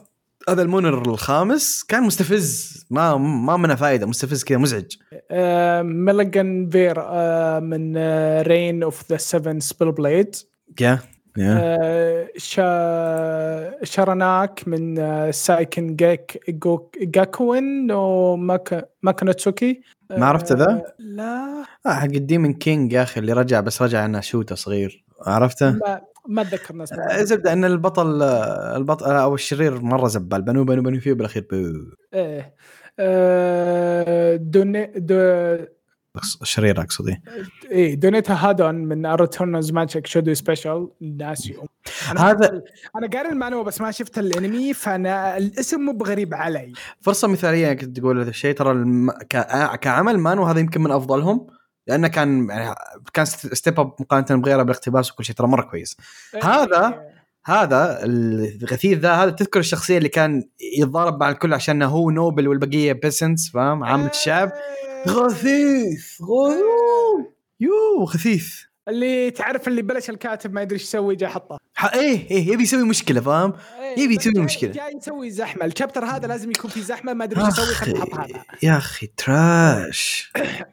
Speaker 2: هذا المونر الخامس كان مستفز ما ما منه فائده مستفز كذا مزعج
Speaker 1: آه، ميليغان فير آه، من رين اوف ذا سفن سبيل بليد
Speaker 2: يا يا
Speaker 1: آه، شا شارناك من آه، سايكن جاك جو- جاكوين وماك ماكناتسوكي
Speaker 2: ما عرفت ذا؟
Speaker 1: لا
Speaker 2: آه حق الديمن كينج يا اخي اللي رجع بس رجع انه شوته صغير عرفته؟
Speaker 1: ما ما اتذكر ناس
Speaker 2: آه، الزبده ان البطل آه، البطل آه، او الشرير مره زبال بنو بنو بنو فيه بالاخير بو.
Speaker 1: ايه آه، دوني دو-
Speaker 2: أقص- الشرير اقصد
Speaker 1: ايه دونيتا هادون من ريتيرنز ماجيك شودو سبيشال ناسي
Speaker 2: هذا
Speaker 1: انا قاري المانوا بس ما شفت الانمي فانا الاسم مو بغريب علي
Speaker 2: فرصه مثاليه انك تقول هذا الشيء ترى الم... ك... آه، كعمل مانو هذا يمكن من افضلهم لانه كان يعني كان ستيب اب مقارنه بغيره بالاقتباس وكل شيء ترى مره كويس هذا؟
Speaker 1: إيه.
Speaker 2: هذا الغثيث ذا هذا تذكر الشخصيه اللي كان يتضارب مع الكل عشان هو نوبل والبقيه بيسنس فاهم عامة الشعب
Speaker 1: آه.
Speaker 2: غثيث غثيث يو خفيف
Speaker 1: اللي تعرف اللي بلش الكاتب ما يدري ايش يسوي جاء حطه
Speaker 2: ح- ايه ايه يبي يسوي مشكله فاهم
Speaker 1: إيه،
Speaker 2: يبي
Speaker 1: بس
Speaker 2: يسوي
Speaker 1: جاي-
Speaker 2: مشكلة.
Speaker 1: جاي يسوي زحمه الشابتر هذا لازم يكون في زحمه ما ادري ايش يسوي خلينا
Speaker 2: اخي
Speaker 1: نحط هذا
Speaker 2: يا اخي تراش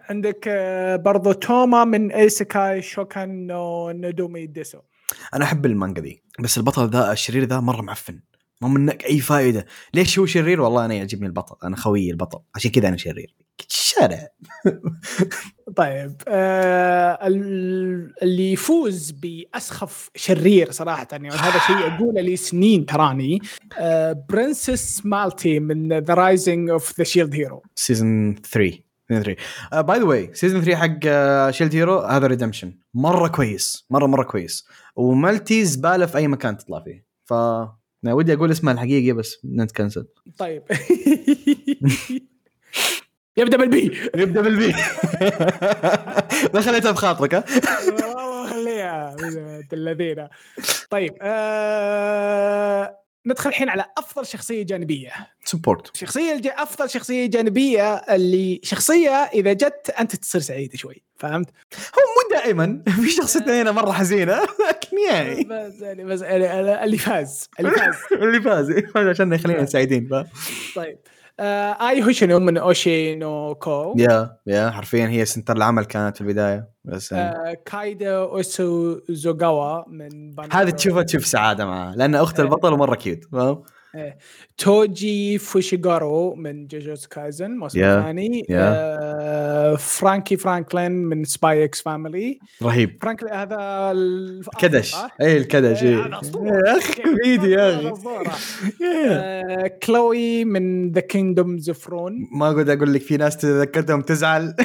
Speaker 1: عندك آه، برضو توما من ايسكاي شوكان نو نودومي ديسو
Speaker 2: انا احب المانجا ذي بس البطل ذا الشرير ذا مره معفن ما منك اي فائده ليش هو شرير والله انا يعجبني البطل انا خويي البطل عشان كذا انا شرير شارع
Speaker 1: طيب آه ال- اللي يفوز باسخف شرير صراحه يعني هذا شيء اقوله لي سنين تراني آه برنسس مالتي من ذا رايزنج اوف ذا شيلد هيرو
Speaker 2: سيزون 3 سيزون 3 باي ذا واي سيزون 3 حق شيلد هيرو هذا ريدمشن مره كويس مره مره كويس ومالتي زباله في اي مكان تطلع فيه ف أنا ودي اقول اسمها الحقيقي بس نتكنسل
Speaker 1: طيب يبدا بالبي
Speaker 2: نبدا بالبي ما خليتها بخاطرك ها
Speaker 1: والله خليها بنت الذين طيب آه ندخل الحين على افضل شخصيه جانبيه
Speaker 2: سبورت
Speaker 1: شخصية الج... افضل شخصيه جانبيه اللي شخصيه اذا جت انت تصير سعيده شوي فهمت
Speaker 2: مو دائما في شخصيتنا هنا مره حزينه لكن يعني
Speaker 1: بس يعني بس يعني اللي فاز اللي فاز
Speaker 2: اللي فاز فاز عشان يخلينا سعيدين فاهم
Speaker 1: طيب آه اي هوشينو من اوشينو كو
Speaker 2: يا يا حرفيا هي سنتر العمل كانت في البدايه بس يعني.
Speaker 1: آه كايدا اوسو زوغاوا من بانيرو.
Speaker 2: هذا تشوفها تشوف سعاده معاه لان اخت
Speaker 1: إيه.
Speaker 2: البطل مره كيوت فاهم
Speaker 1: توجي فوشيغارو من جوجوتسو كايزن الموسم
Speaker 2: يا.
Speaker 1: الثاني
Speaker 2: يا.
Speaker 1: آه فرانكي فرانكلين من سباي اكس فاميلي
Speaker 2: رهيب
Speaker 1: فرانكلين هذا ال-
Speaker 2: كدش إيه.
Speaker 1: آه، يعني
Speaker 2: اي الكدش اي
Speaker 1: هذا أسطورة.
Speaker 2: يا اخي بيدي يا إيه.
Speaker 1: هذا
Speaker 2: اخي
Speaker 1: أسطورة.
Speaker 2: يا.
Speaker 1: آه، كلوي من ذا كينجدوم زفرون إيه.
Speaker 2: ما اقعد اقول لك في ناس تذكرتهم تزعل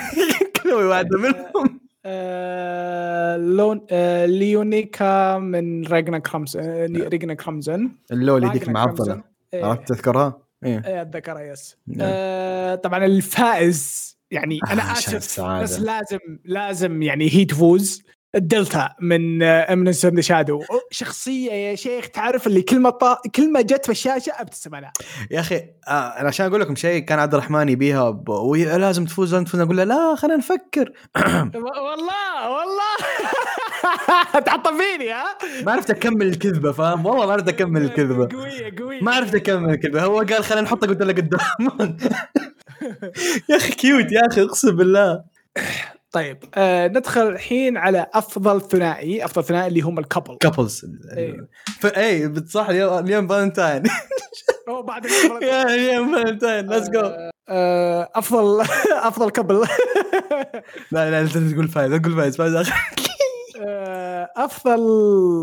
Speaker 2: كلوي واحده منهم
Speaker 1: آه، لون آه، ليونيكا من ريجنا كرامز آه، ريجنا كرامزن
Speaker 2: اللولي ديك
Speaker 1: راجنا
Speaker 2: المعضله
Speaker 1: كرامزن. إيه،
Speaker 2: عرفت تذكرها؟ ايه
Speaker 1: إيه، اتذكرها يس
Speaker 2: نعم.
Speaker 1: آه، طبعا الفائز يعني انا
Speaker 2: آه،
Speaker 1: اسف
Speaker 2: عشان السعادة.
Speaker 1: بس لازم لازم يعني هي تفوز الدلتا من آه، امنس ذا شادو شخصيه يا شيخ تعرف اللي كل ما طا... كل ما جت في الشاشه ابتسم لها
Speaker 2: يا اخي آه، انا عشان اقول لكم شيء كان عبد الرحمن يبيها ب... وهي لازم تفوز لازم تفوز اقول له لا خلينا نفكر نعم.
Speaker 1: و- والله والله تعطى فيني ها
Speaker 2: ما عرفت اكمل الكذبه فاهم والله ما عرفت اكمل الكذبه
Speaker 1: قويه قويه
Speaker 2: ما عرفت اكمل الكذبه هو قال خلينا نحطها قلت له قدام يا اخي كيوت يا اخي اقسم بالله
Speaker 1: طيب آه ندخل الحين على افضل ثنائي افضل ثنائي اللي هم الكبل
Speaker 2: كابلز
Speaker 1: إيه.
Speaker 2: اي صح اليوم اليوم فالنتاين
Speaker 1: أو بعد الكبل-
Speaker 2: يا اليوم فالنتاين ليتس جو
Speaker 1: آه افضل افضل كبل
Speaker 2: لا لا لا تقول فايز لا تقول فايز فايز اخي
Speaker 1: آه، افضل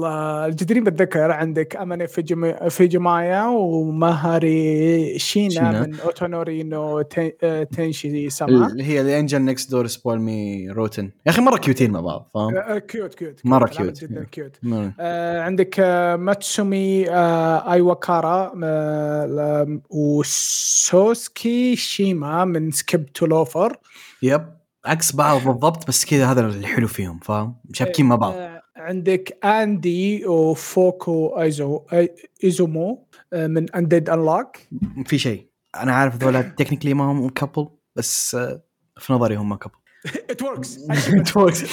Speaker 1: آه، الجديرين بالذكر عندك اماني فيجيم- فيجيمايا ومهاري شينا,
Speaker 2: شينا.
Speaker 1: من اوتونوري نو تن- آه، تنشي سما
Speaker 2: اللي هي الانجل نكست دور سبول مي روتن يا اخي مره كيوتين مع بعض فاهم
Speaker 1: آه، آه، كيوت كيوت
Speaker 2: مرة
Speaker 1: كلامك
Speaker 2: كيوت.
Speaker 1: جدا كيوت
Speaker 2: مم.
Speaker 1: آه، عندك آه، ماتسومي آه، ايوكارا آه، لا- وسوسكي شيما من سكيب تو لوفر
Speaker 2: يب عكس بعض بالضبط بس كذا هذا اللي حلو فيهم فاهم شابكين مع بعض
Speaker 1: آه، عندك اندي وفوكو ايزو أي- ايزومو آه، من انديد انلوك
Speaker 2: في شيء انا عارف ذولا تكنيكلي ما هم كابل بس آه، في نظري هم إيه. كابل
Speaker 1: ات وركس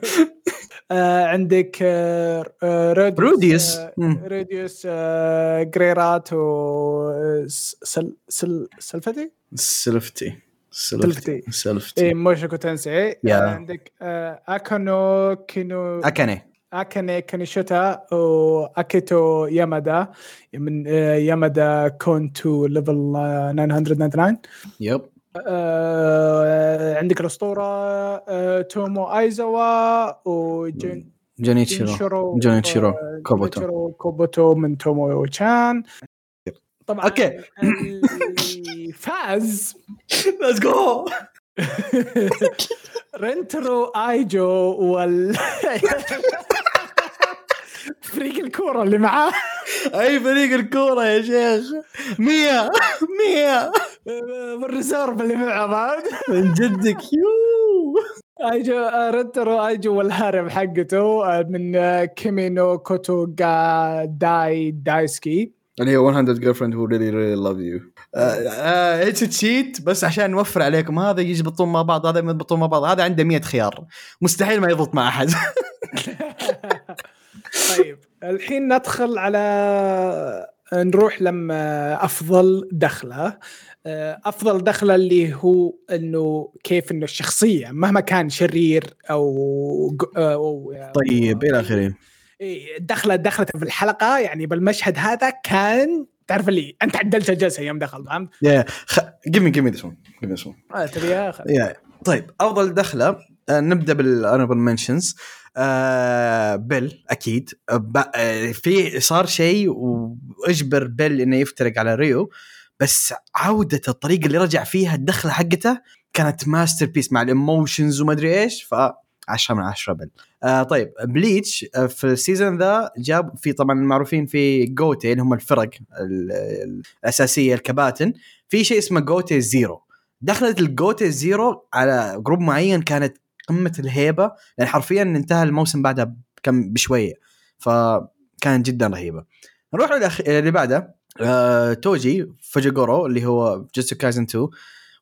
Speaker 1: عندك آه، آه، روديوس
Speaker 2: روديوس.
Speaker 1: آه،
Speaker 2: مم.
Speaker 1: روديوس آه، جريرات و سل سل سلفتي
Speaker 2: سلفتي
Speaker 1: سلفتي. إيه، اي
Speaker 2: سلفتي
Speaker 1: موشكو تنسي
Speaker 2: يا.
Speaker 1: عندك آه، اكانو كينو
Speaker 2: اكني
Speaker 1: اكاني كانيشوتا واكيتو يامادا من آه، يامادا كون تو ليفل آه، 999
Speaker 2: يب
Speaker 1: آه، عندك الاسطوره آه، تومو ايزاوا وجن
Speaker 2: جونيتشيرو
Speaker 1: جونيتشيرو
Speaker 2: جونيتشيرو
Speaker 1: آه،
Speaker 2: كوبوتو.
Speaker 1: جونيتشيرو كوبوتو من تومو وشان طبعا
Speaker 2: أوكي.
Speaker 1: اللي فاز
Speaker 2: ليتس جو
Speaker 1: رنترو ايجو وال فريق الكوره اللي معاه
Speaker 2: اي فريق الكوره يا شيخ مية مية
Speaker 1: آه، والريزيرف اللي معه بعد
Speaker 2: من جدك يو
Speaker 1: ايجو آه، رنترو ايجو والهرم حقته آه، من آه، كيمينو كوتو جا داي دايسكي
Speaker 2: اللي هي 100 جيرل فريند هو ريلي ريلي لاف يو اتش آه، تشيت بس عشان نوفر عليكم هذا يجبطون مع بعض هذا يضبطون مع بعض هذا عنده 100 خيار مستحيل ما يضبط مع احد
Speaker 1: طيب الحين ندخل على نروح لما افضل دخله آه، افضل دخله اللي هو انه كيف انه الشخصيه مهما كان شرير او او
Speaker 2: طيب الى اخره
Speaker 1: آه، إيه، دخله دخلته في الحلقه يعني بالمشهد هذا كان تعرف اللي انت عدلت الجلسه يوم دخل فهمت؟
Speaker 2: يا جيف مي جيف مي ذس ون جيف مي ذس ون
Speaker 1: آه، تبيها خل-
Speaker 2: يا طيب افضل دخله آه، نبدا بالانبل منشنز آه، بيل اكيد آه، ب- آه، في صار شيء واجبر بيل انه يفترق على ريو بس عودته الطريقه اللي رجع فيها الدخله حقته كانت ماستر بيس مع الايموشنز وما ادري ايش ف 10 من 10 بل آه طيب بليتش آه في السيزون ذا جاب في طبعا معروفين في جوتي اللي هم الفرق ال- ال- الاساسيه الكباتن في شيء اسمه جوتي زيرو دخلت الجوتي زيرو على جروب معين كانت قمه الهيبه لان حرفيا انتهى الموسم بعدها بكم بشويه فكانت جدا رهيبه نروح للأخ... اللي بعده آه، توجي فوجيغورو اللي هو جوتسو كايزن 2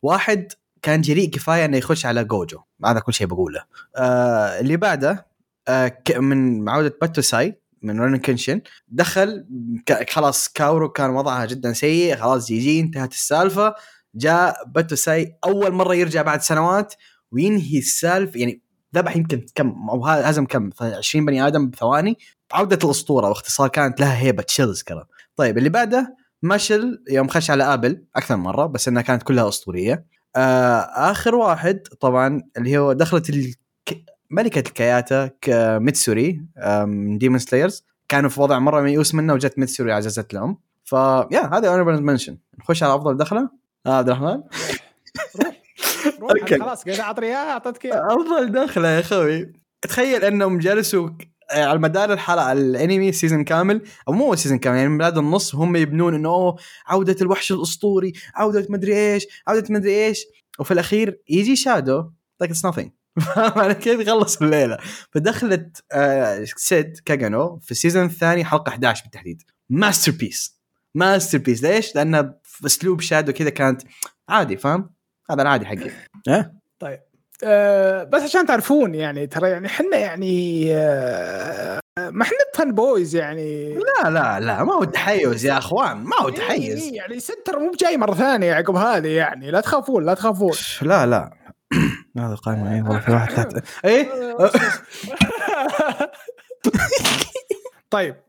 Speaker 2: واحد كان جريء كفايه انه يخش على جوجو هذا كل شيء بقوله آه، اللي بعده آه، ك- من عوده باتوساي من رونن كنشن دخل ك- خلاص كاورو كان وضعها جدا سيء خلاص جي جي انتهت السالفه جاء باتوساي اول مره يرجع بعد سنوات وينهي السالفه يعني ذبح يمكن كم او ه- هزم كم 20 بني ادم بثواني عوده الاسطوره واختصار كانت لها هيبه تشيلز كذا طيب اللي بعده ماشل يوم خش على ابل اكثر من مره بس انها كانت كلها اسطوريه آه اخر واحد طبعا اللي هو دخلت الك... ملكه الكياتا ك- ميتسوري آه، من ديمون سلايرز كانوا في وضع مره ميؤوس منه وجت ميتسوري عززت لهم فيا هذا اونربل منشن نخش على افضل دخله آه عبد الرحمن
Speaker 1: روح روح
Speaker 2: أوكي.
Speaker 1: خلاص قاعد اعطني اياها اعطتك اياها
Speaker 2: افضل دخله يا خوي تخيل انهم جلسوا آه، على مدار الحلقه الانمي سيزون كامل او مو سيزون كامل يعني من بعد النص هم يبنون انه أوه، عوده الوحش الاسطوري عوده مدري ايش عوده مدري ايش وفي الاخير يجي شادو like it's nothing فاهم علي كيف يخلص الليله فدخلت آه سيد كاجانو في السيزون الثاني حلقه 11 بالتحديد ماستر بيس ماستر بيس ليش؟ لانها في اسلوب شادو كذا كانت عادي فاهم؟ هذا العادي حقي
Speaker 1: آه، بس عشان تعرفون يعني ترى يعني حنا يعني آه، ما حنا فان بويز يعني
Speaker 2: لا لا لا ما هو تحيز يا اخوان ما هو
Speaker 1: إيه،
Speaker 2: تحيز
Speaker 1: يعني سنتر مو جاي مره ثانيه عقب هذه يعني لا تخافون لا تخافون
Speaker 2: لا لا إيه. هذا قائمة اي والله في واحد تحت ايه
Speaker 1: طيب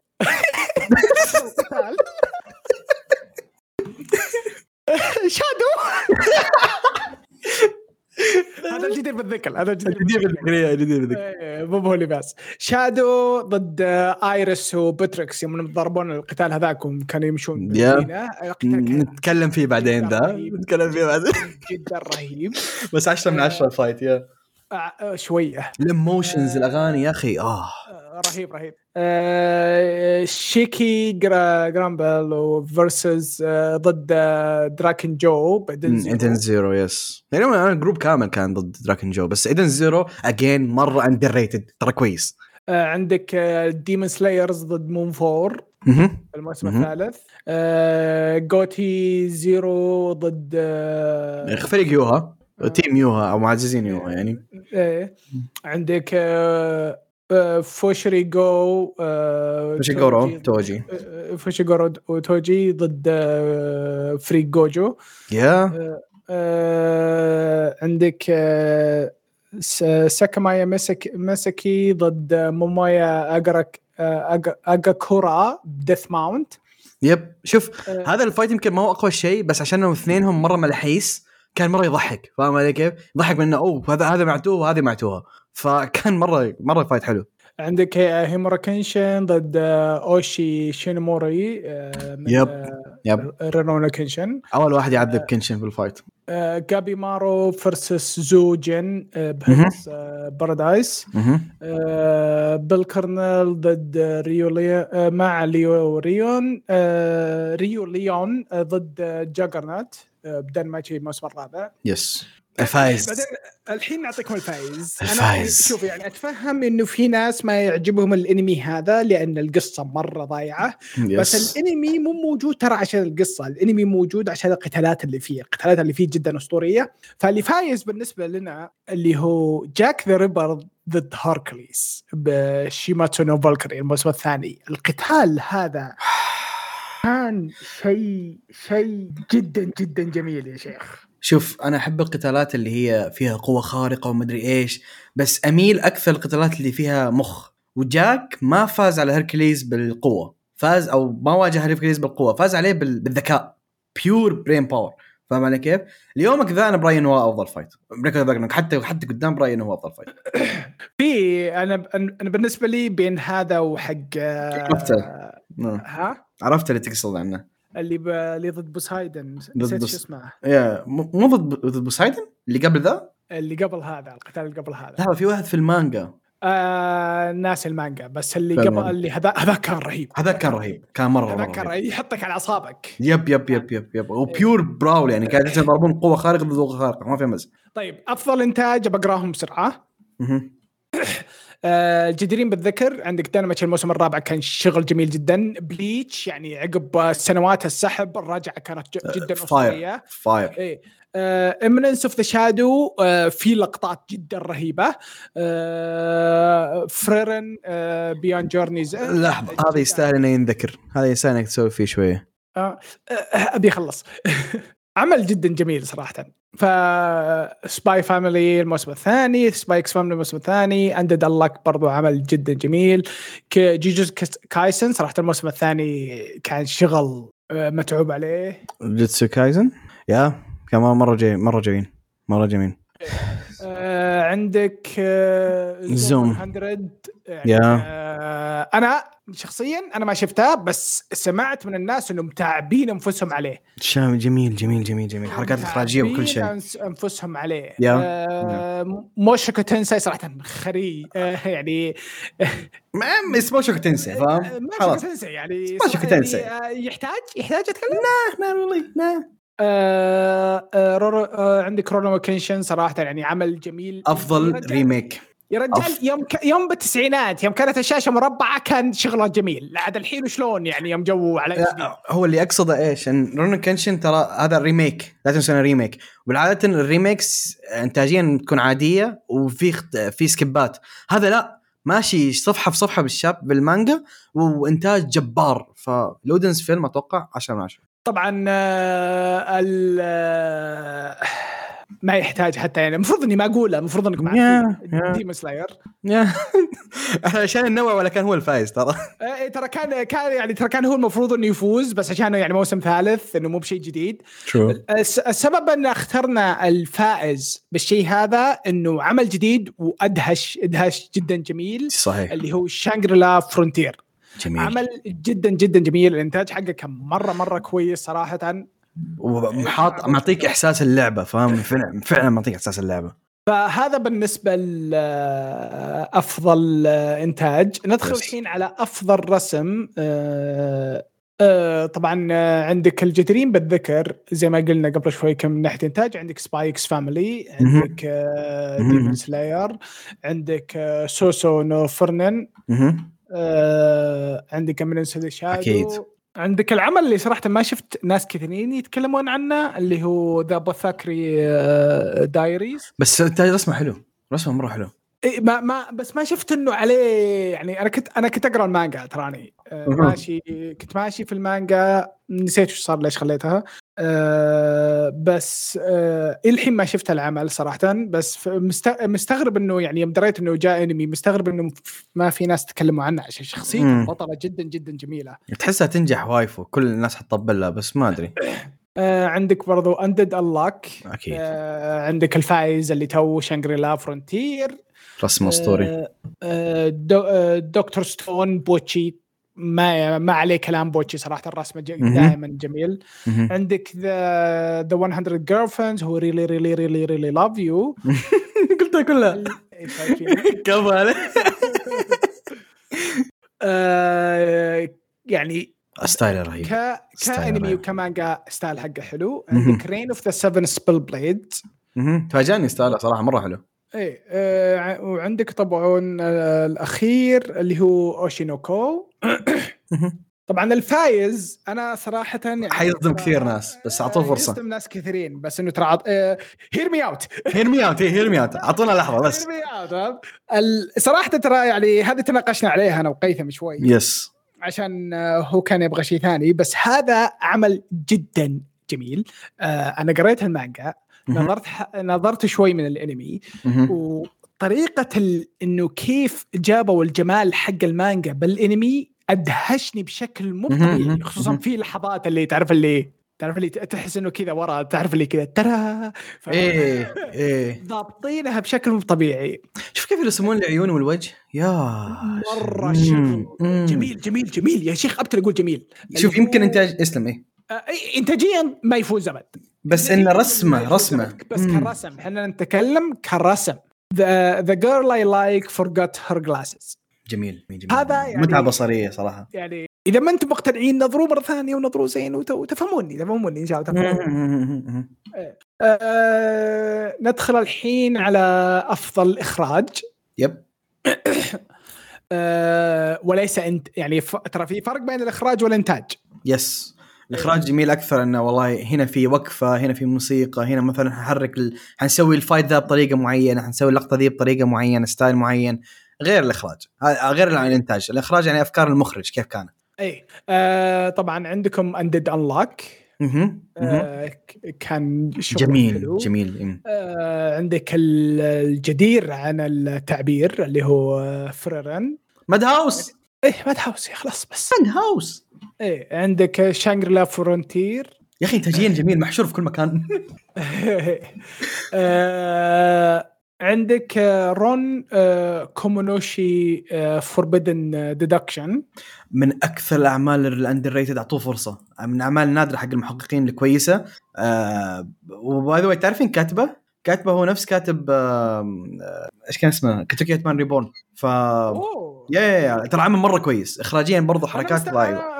Speaker 1: شادو هذا الجدير بالذكر هذا الجدير
Speaker 2: جديد بالذكرية جديد بالذكرية
Speaker 1: إيه، مو هو لباس شادو ضد آه، ايرس وبتريكس يوم إنهم ضربون القتال هذاك وهم كانوا يمشون
Speaker 2: يا.
Speaker 1: بالمدينة. القتال كان
Speaker 2: نتكلم فيه بعدين ده نتكلم فيه بعدين
Speaker 1: جدا رهيب
Speaker 2: إيه. بس 10 من 10 الفايت يا
Speaker 1: آه، آه، شويه
Speaker 2: الايموشنز الاغاني يا اخي اه
Speaker 1: آه، رهيب رهيب آه، شيكي جرا جرامبل وفيرسز آه، ضد آه، دراكن جو بعدين زيرو.
Speaker 2: ايدن زيرو يس يعني انا الجروب كامل كان ضد دراكن جو بس ايدن زيرو اجين مره اندر ريتد ترى كويس
Speaker 1: آه، عندك ديمون سلايرز ضد مون فور
Speaker 2: مهم.
Speaker 1: الموسم
Speaker 2: مهم.
Speaker 1: الثالث آه، جوتي زيرو ضد آه،
Speaker 2: فريق يوها تيم يوها او معززين يوها يعني
Speaker 1: ايه عندك آه، آه، فوشري جو آه،
Speaker 2: شيجورو
Speaker 1: توجي-
Speaker 2: توجي
Speaker 1: آه، فوشيغورو وتوجي ضد آه، فريق جوجو
Speaker 2: يا
Speaker 1: آه، عندك آه، س- ساكامايا مسك مسكي ضد آه، مومايا آه، اجراك اجاكورا بديث ماونت
Speaker 2: يب شوف
Speaker 1: آه.
Speaker 2: هذا الفايت يمكن ما هو اقوى شيء بس عشان هم اثنينهم مره ملحيس كان مره يضحك فاهم علي كيف؟ ضحك من انه اوه هذا هذا معتوه وهذه معتوها فكان مره مره فايت حلو
Speaker 1: عندك آه، هيمورا كنشن ضد آه، اوشي شينموري آه، من
Speaker 2: يب.
Speaker 1: آه،
Speaker 2: يب
Speaker 1: رينونا كنشن
Speaker 2: اول واحد يعذب كنشن في الفايت
Speaker 1: آه، جابي مارو فيرسس زوجن آه، بهيلز آه، بارادايس
Speaker 2: مهم.
Speaker 1: آه، بيل كارنيل ضد آه، ريو لي... آه، مع ليو ريون آه، ريو ليون آه، ضد آه، جاجرنات آه، بدل ما شيء الموسم الرابع
Speaker 2: يس الفايز
Speaker 1: بعدين الحين نعطيكم الفايز
Speaker 2: الفايز.
Speaker 1: انا شوف يعني اتفهم انه في ناس ما يعجبهم الانمي هذا لان القصه مره ضايعه بس
Speaker 2: يس
Speaker 1: الانمي مو موجود ترى عشان القصه، الانمي موجود عشان القتالات اللي فيه، القتالات اللي فيه جدا اسطوريه، فاللي فايز بالنسبه لنا اللي هو جاك ذا ريبر ضد هركليس بشيماتسو نو فالكري الموسم الثاني، القتال هذا كان شيء شيء جدا جدا جميل يا شيخ.
Speaker 2: شوف انا احب القتالات اللي هي فيها قوه خارقه ومدري ايش بس اميل اكثر القتالات اللي فيها مخ وجاك ما فاز على هيركليز بالقوه فاز او ما واجه هيركليز بالقوه فاز عليه بال- بالذكاء بيور برين باور فاهم علي كيف؟ اليومك ذا انا براين هو افضل فايت بريك أوف ذا Dragon. حتى حتى قدام براين هو افضل فايت
Speaker 1: في انا انا بالنسبه لي بين هذا وحق آه،
Speaker 2: عرفته. نعم.
Speaker 1: ها
Speaker 2: عرفت اللي تقصد عنه
Speaker 1: اللي ب... اللي ضد بوسايدن نسيت
Speaker 2: بوس-
Speaker 1: شو اسمه
Speaker 2: يا مو مو ضد ضد بوسايدن اللي قبل ذا؟
Speaker 1: اللي قبل هذا القتال اللي قبل هذا
Speaker 2: لحظه في واحد في المانجا
Speaker 1: آه ناس المانجا بس اللي
Speaker 2: فعلاً.
Speaker 1: قبل اللي هذا هذا كان رهيب
Speaker 2: هذا كان رهيب كان مره
Speaker 1: هذا
Speaker 2: مره
Speaker 1: كان
Speaker 2: رهيب.
Speaker 1: رهيب يحطك على اعصابك
Speaker 2: يب يب يب يب يب وبيور براول يعني قاعد يضربون قوه خارقه ضد قوه خارقه ما في مزح
Speaker 1: طيب افضل انتاج بقراهم بسرعه آه، الجديرين بالذكر عندك دانماتش الموسم الرابع كان شغل جميل جدا بليتش يعني عقب سنوات السحب الرجعه كانت
Speaker 2: آه،
Speaker 1: ج- جدا
Speaker 2: فاير
Speaker 1: اسطوريه
Speaker 2: فاير
Speaker 1: ايه امننس اوف ذا شادو آه، في لقطات جدا رهيبه آه، فريرن بيان جورنيز
Speaker 2: لحظه
Speaker 1: آه،
Speaker 2: هذا يستاهل انه ينذكر هذا يستاهل انك تسوي فيه شويه
Speaker 1: ابي اخلص عمل جدا جميل صراحه ف سباي فاميلي الموسم الثاني سبايكس فاميلي الموسم الثاني اندد اللك برضو عمل جدا جميل ك- جوجوتسو كاس- كايسن صراحه الموسم الثاني كان شغل آه، متعوب عليه
Speaker 2: جيتسو كايزن يا كمان مره جاي مره جميل مره جميل
Speaker 1: آه، عندك آه،
Speaker 2: زوم.
Speaker 1: 100 يعني
Speaker 2: يا.
Speaker 1: آه، انا شخصيا انا ما شفتها بس سمعت من الناس انهم تعبين انفسهم عليه
Speaker 2: شام جميل جميل جميل جميل حركات اخراجيه وكل شيء
Speaker 1: تعبين أنس- انفسهم عليه
Speaker 2: يا. نعم.
Speaker 1: آه، موشكو تنساي صراحه خري آه، يعني آه،
Speaker 2: ما اسمه شك تنسى فاهم
Speaker 1: موشكو
Speaker 2: خلاص
Speaker 1: تنساي يعني
Speaker 2: موشكو
Speaker 1: صراحة يعني،
Speaker 2: تنساي.
Speaker 1: آه، يحتاج يحتاج اتكلم
Speaker 2: لا نعم، والله لا
Speaker 1: آه، آه، رورو- آه، عندك رونو كنشن صراحه يعني عمل جميل يا
Speaker 2: افضل
Speaker 1: رجال-
Speaker 2: ريميك
Speaker 1: يا
Speaker 2: أف-
Speaker 1: رجال يوم ك... يوم بالتسعينات يوم كانت الشاشه مربعه كان شغله جميل عاد الحين شلون يعني يوم جو
Speaker 2: آه،
Speaker 1: على HD.
Speaker 2: لا، هو اللي اقصده ايش ان رونن كنشن ترى هذا ريميك لا تنسون ريميك والعاده الريميكس انتاجيا تكون عاديه وفي خت... في سكبات هذا لا ماشي صفحه في صفحه بالشاب بالمانجا وانتاج جبار فلودنس فيلم اتوقع 10 من 10
Speaker 1: طبعا آه، ال آه، ما يحتاج حتى يعني المفروض اني ما اقوله المفروض انكم
Speaker 2: يا- يا.
Speaker 1: عارفين ديمون سلاير
Speaker 2: عشان النوع ولا كان هو الفايز ترى
Speaker 1: آه، ترى كان كان يعني ترى كان هو المفروض انه يفوز بس عشان يعني موسم ثالث انه مو بشيء جديد آه، الس- السبب ان اخترنا الفائز بالشيء هذا انه عمل جديد وادهش ادهش جدا جميل
Speaker 2: صحيح
Speaker 1: اللي هو شانجرلا فرونتير
Speaker 2: جميل
Speaker 1: عمل جدا جدا جميل الانتاج حقه كان مره مره كويس صراحه
Speaker 2: وحاط معطيك احساس اللعبه فاهم فعلا فعلا معطيك احساس اللعبه
Speaker 1: فهذا بالنسبه لافضل انتاج ندخل
Speaker 2: بس.
Speaker 1: الحين على افضل رسم آه، آه، طبعا آه، عندك الجديرين بالذكر زي ما قلنا قبل شوي كم من ناحيه انتاج عندك سبايكس فاميلي
Speaker 2: مهم.
Speaker 1: عندك
Speaker 2: مهم.
Speaker 1: ديمون سلاير عندك آه، سوسو نو فرنن
Speaker 2: مهم.
Speaker 1: آه، عندك امرنس شادو
Speaker 2: أكيد.
Speaker 1: عندك العمل اللي صراحه ما شفت ناس كثيرين يتكلمون عنه اللي هو آه، ذا بوثاكري دايريز
Speaker 2: بس انتاج رسمه حلو رسمه مره حلو
Speaker 1: إيه، ما ما بس ما شفت انه عليه يعني انا كنت انا كنت اقرا المانجا تراني آه،
Speaker 2: مهم.
Speaker 1: ماشي كنت ماشي في المانجا نسيت وش صار ليش خليتها آه، بس آه، الحين ما شفت العمل صراحه بس ف- مست- مستغرب انه يعني يوم دريت انه جاء انمي مستغرب انه ما في ناس تكلموا عنه عشان شخصيه
Speaker 2: مم.
Speaker 1: البطله جدا جدا جميله
Speaker 2: تحسها تنجح وايفو كل الناس حتطبل لها بس ما ادري
Speaker 1: آه عندك برضو اندد اللاك
Speaker 2: اكيد
Speaker 1: آه عندك الفائز اللي تو شانجري لا فرونتير
Speaker 2: رسم اسطوري
Speaker 1: آه آه دو آه دكتور ستون بوتشي ما ما عليه كلام بوتشي صراحه الرسم ج-
Speaker 2: مهم.
Speaker 1: دائما جميل
Speaker 2: مهم.
Speaker 1: عندك ذا ذا 100 جيرلفريندز هو ريلي ريلي ريلي ريلي لاف يو
Speaker 2: قلتها كلها كفو عليه
Speaker 1: يعني
Speaker 2: ستايل رهيب
Speaker 1: ك
Speaker 2: إيه، ستايل
Speaker 1: كانمي
Speaker 2: رهيب.
Speaker 1: وكمانجا ستايل حقه حلو
Speaker 2: مهم.
Speaker 1: عندك رين اوف ذا 7 سبيل بليد
Speaker 2: مهم. تفاجأني ستايله صراحه مره حلو
Speaker 1: ايه آه، ع- وعندك طبعا آه، الاخير اللي هو اوشينوكو
Speaker 2: مهم.
Speaker 1: طبعا الفايز انا صراحه يعني
Speaker 2: حيصدم
Speaker 1: ترى-
Speaker 2: كثير ناس، بس أعطوه
Speaker 1: آه،
Speaker 2: فرصة.
Speaker 1: يصدم ناس كثيرين بس انه ترى آه، هير مي اوت
Speaker 2: هيرمي اوت هيرمي اوت اعطونا لحظه بس
Speaker 1: هير مي اوت صراحه ترى يعني هذه تناقشنا عليها انا وقيثم شوي
Speaker 2: يس
Speaker 1: عشان آه، هو كان يبغى شيء ثاني بس هذا عمل جدا جميل آه، انا قريت المانجا
Speaker 2: مهم.
Speaker 1: نظرت ح- نظرت شوي من الانمي
Speaker 2: مهم.
Speaker 1: وطريقة ال... انه كيف جابوا الجمال حق المانجا بالانمي ادهشني بشكل مو
Speaker 2: مهم،
Speaker 1: طبيعي
Speaker 2: مهم،
Speaker 1: خصوصا
Speaker 2: مهم.
Speaker 1: في لحظات اللي تعرف اللي تعرف اللي تحس انه كذا ورا تعرف اللي كذا ترى ف-
Speaker 2: ايه ايه
Speaker 1: ضابطينها بشكل مو طبيعي
Speaker 2: شوف كيف يرسمون العيون والوجه يا
Speaker 1: مره
Speaker 2: آه، مم.
Speaker 1: شغل
Speaker 2: مم.
Speaker 1: جميل جميل جميل يا شيخ ابتر اقول جميل
Speaker 2: شوف
Speaker 1: اللي هو-
Speaker 2: يمكن انتاج اسلم ايه
Speaker 1: آه، إي- انتاجيا ما يفوز ابد
Speaker 2: بس ان رسمه رسمه
Speaker 1: بس
Speaker 2: مم.
Speaker 1: كرسم احنا نتكلم كرسم The, the girl I like forgot her glasses
Speaker 2: جميل جميل
Speaker 1: هذا يعني-
Speaker 2: متعه بصريه صراحه
Speaker 1: يعني اذا ما انتم مقتنعين نظروا مره ثانيه ونظروا زين وت- وتفهموني تفهموني ان شاء الله تفهموني. أه ندخل الحين على افضل اخراج
Speaker 2: يب
Speaker 1: أه وليس انت يعني ف... ترى في فرق بين الاخراج والانتاج
Speaker 2: يس الاخراج جميل اكثر انه والله هنا في وقفه هنا في موسيقى هنا مثلا حنحرك ال... حنسوي الفايت ذا بطريقه معينه حنسوي اللقطه ذي بطريقه معينه ستايل معين غير الاخراج ه- غير عن الانتاج الاخراج يعني افكار المخرج كيف كان
Speaker 1: اي أه طبعا عندكم اندد انلاك
Speaker 2: مهم. مهم.
Speaker 1: أه ك- كان شغل
Speaker 2: جميل
Speaker 1: حلو.
Speaker 2: جميل إيه. مم.
Speaker 1: أه عندك ال- الجدير عن التعبير اللي هو فريرن
Speaker 2: ماد هاوس
Speaker 1: ايه ما تحوس خلاص بس
Speaker 2: ماد هاوس
Speaker 1: ايه عندك شانجرلا إيه، فرونتير
Speaker 2: يا اخي انتاجيا جميل محشور في كل مكان
Speaker 1: آه، عندك آه، رون آه، كومونوشي آه، فوربدن ديدكشن
Speaker 2: من اكثر الاعمال الاندر ريتد اعطوه فرصه من اعمال نادره حق المحققين الكويسه آه وباي ذا تعرفين كاتبه كاتبه هو نفس كاتب آه، آه، ايش كان اسمه كنتاكي هيتمان ريبورن ف يا يا يا ترى عمل مره كويس اخراجيا برضه حركات ضايعه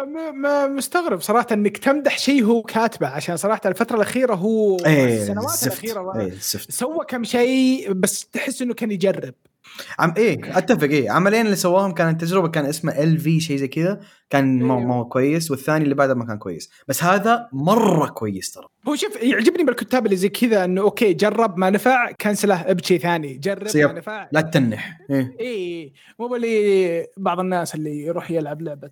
Speaker 1: مستغرب صراحه انك تمدح شيء هو كاتبه عشان صراحه الفتره الاخيره هو
Speaker 2: ايه
Speaker 1: السنوات
Speaker 2: زفت.
Speaker 1: الاخيره
Speaker 2: ايه سفت
Speaker 1: سوى كم شيء بس تحس انه كان يجرب
Speaker 2: عم ايه اتفق ايه عملين اللي سواهم كانت تجربه كان اسمه ال في شيء زي كذا كان ما
Speaker 1: ايوه.
Speaker 2: ما هو كويس والثاني اللي بعده ما كان كويس بس هذا مره كويس ترى
Speaker 1: هو شوف يعجبني بالكتاب اللي زي كذا انه اوكي جرب ما نفع كنسله بشيء ثاني جرب
Speaker 2: سيب.
Speaker 1: ما نفع
Speaker 2: لا تتنح
Speaker 1: إيه.
Speaker 2: ايه
Speaker 1: اي مو اللي بعض الناس اللي يروح يلعب لعبه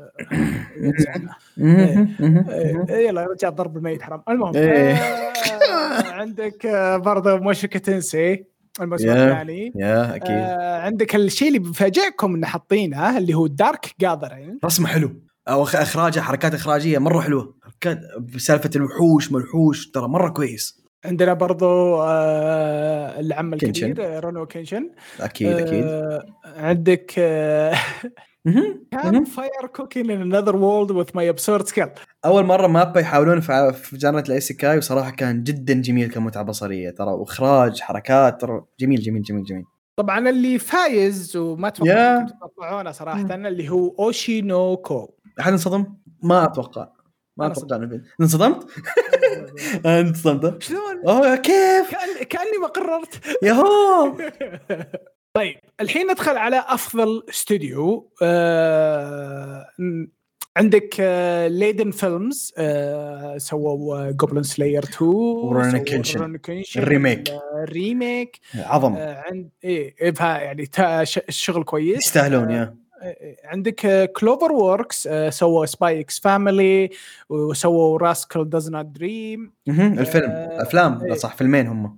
Speaker 1: إيه، يلا يا رجال ضرب الميت حرام المهم
Speaker 2: إيه.
Speaker 1: آه، عندك آه، برضه موشكة تنسي الموسم
Speaker 2: يا.
Speaker 1: الثاني
Speaker 2: يا اكيد
Speaker 1: آه، عندك الشيء اللي بفاجئكم انه حاطينه اللي هو دارك جاذرين
Speaker 2: رسمه حلو او أخ- اخراجه حركات اخراجيه مره حلوه حركات بسالفه الوحوش ملحوش ترى مره كويس
Speaker 1: عندنا برضو آه، العم
Speaker 2: كنشن.
Speaker 1: الكبير آه، رونو كنشن
Speaker 2: اكيد اكيد
Speaker 1: آه، عندك آه،
Speaker 2: مهم.
Speaker 1: كان فاير كوكين ان انذر وولد وذ ماي ابسورد سكيل
Speaker 2: اول مره مابا يحاولون في في جنرة الايسيكاي وصراحه كان جدا جميل كمتعه بصريه ترى واخراج حركات ترى جميل جميل جميل جميل
Speaker 1: طبعا اللي فايز وما اتوقع
Speaker 2: يا.
Speaker 1: انكم تتوقعونه صراحه اللي هو اوشينوكو
Speaker 2: احد انصدم؟ ما اتوقع ما
Speaker 1: أنا
Speaker 2: اتوقع انه في- انصدمت؟ أنا انصدمت
Speaker 1: شلون؟
Speaker 2: اوه كيف
Speaker 1: كأن كاني ما قررت
Speaker 2: يهو
Speaker 1: طيب الحين ندخل على افضل استوديو آه، م- عندك آه، ليدن فيلمز آه، سووا جوبلن سلاير 2
Speaker 2: ورونن
Speaker 1: سووا
Speaker 2: كينشن.
Speaker 1: رونن كينشن،
Speaker 2: الريميك.
Speaker 1: الريميك
Speaker 2: عظم
Speaker 1: آه، عند ايه إبها يعني تا- ش- شغل كويس
Speaker 2: يستاهلون يا
Speaker 1: آه، عندك كلوفر ووركس سووا سبايكس فاميلي وسووا راسكل داز نوت دريم
Speaker 2: مهم، الفيلم
Speaker 1: آه،
Speaker 2: افلام
Speaker 1: إيه.
Speaker 2: لا صح فيلمين هم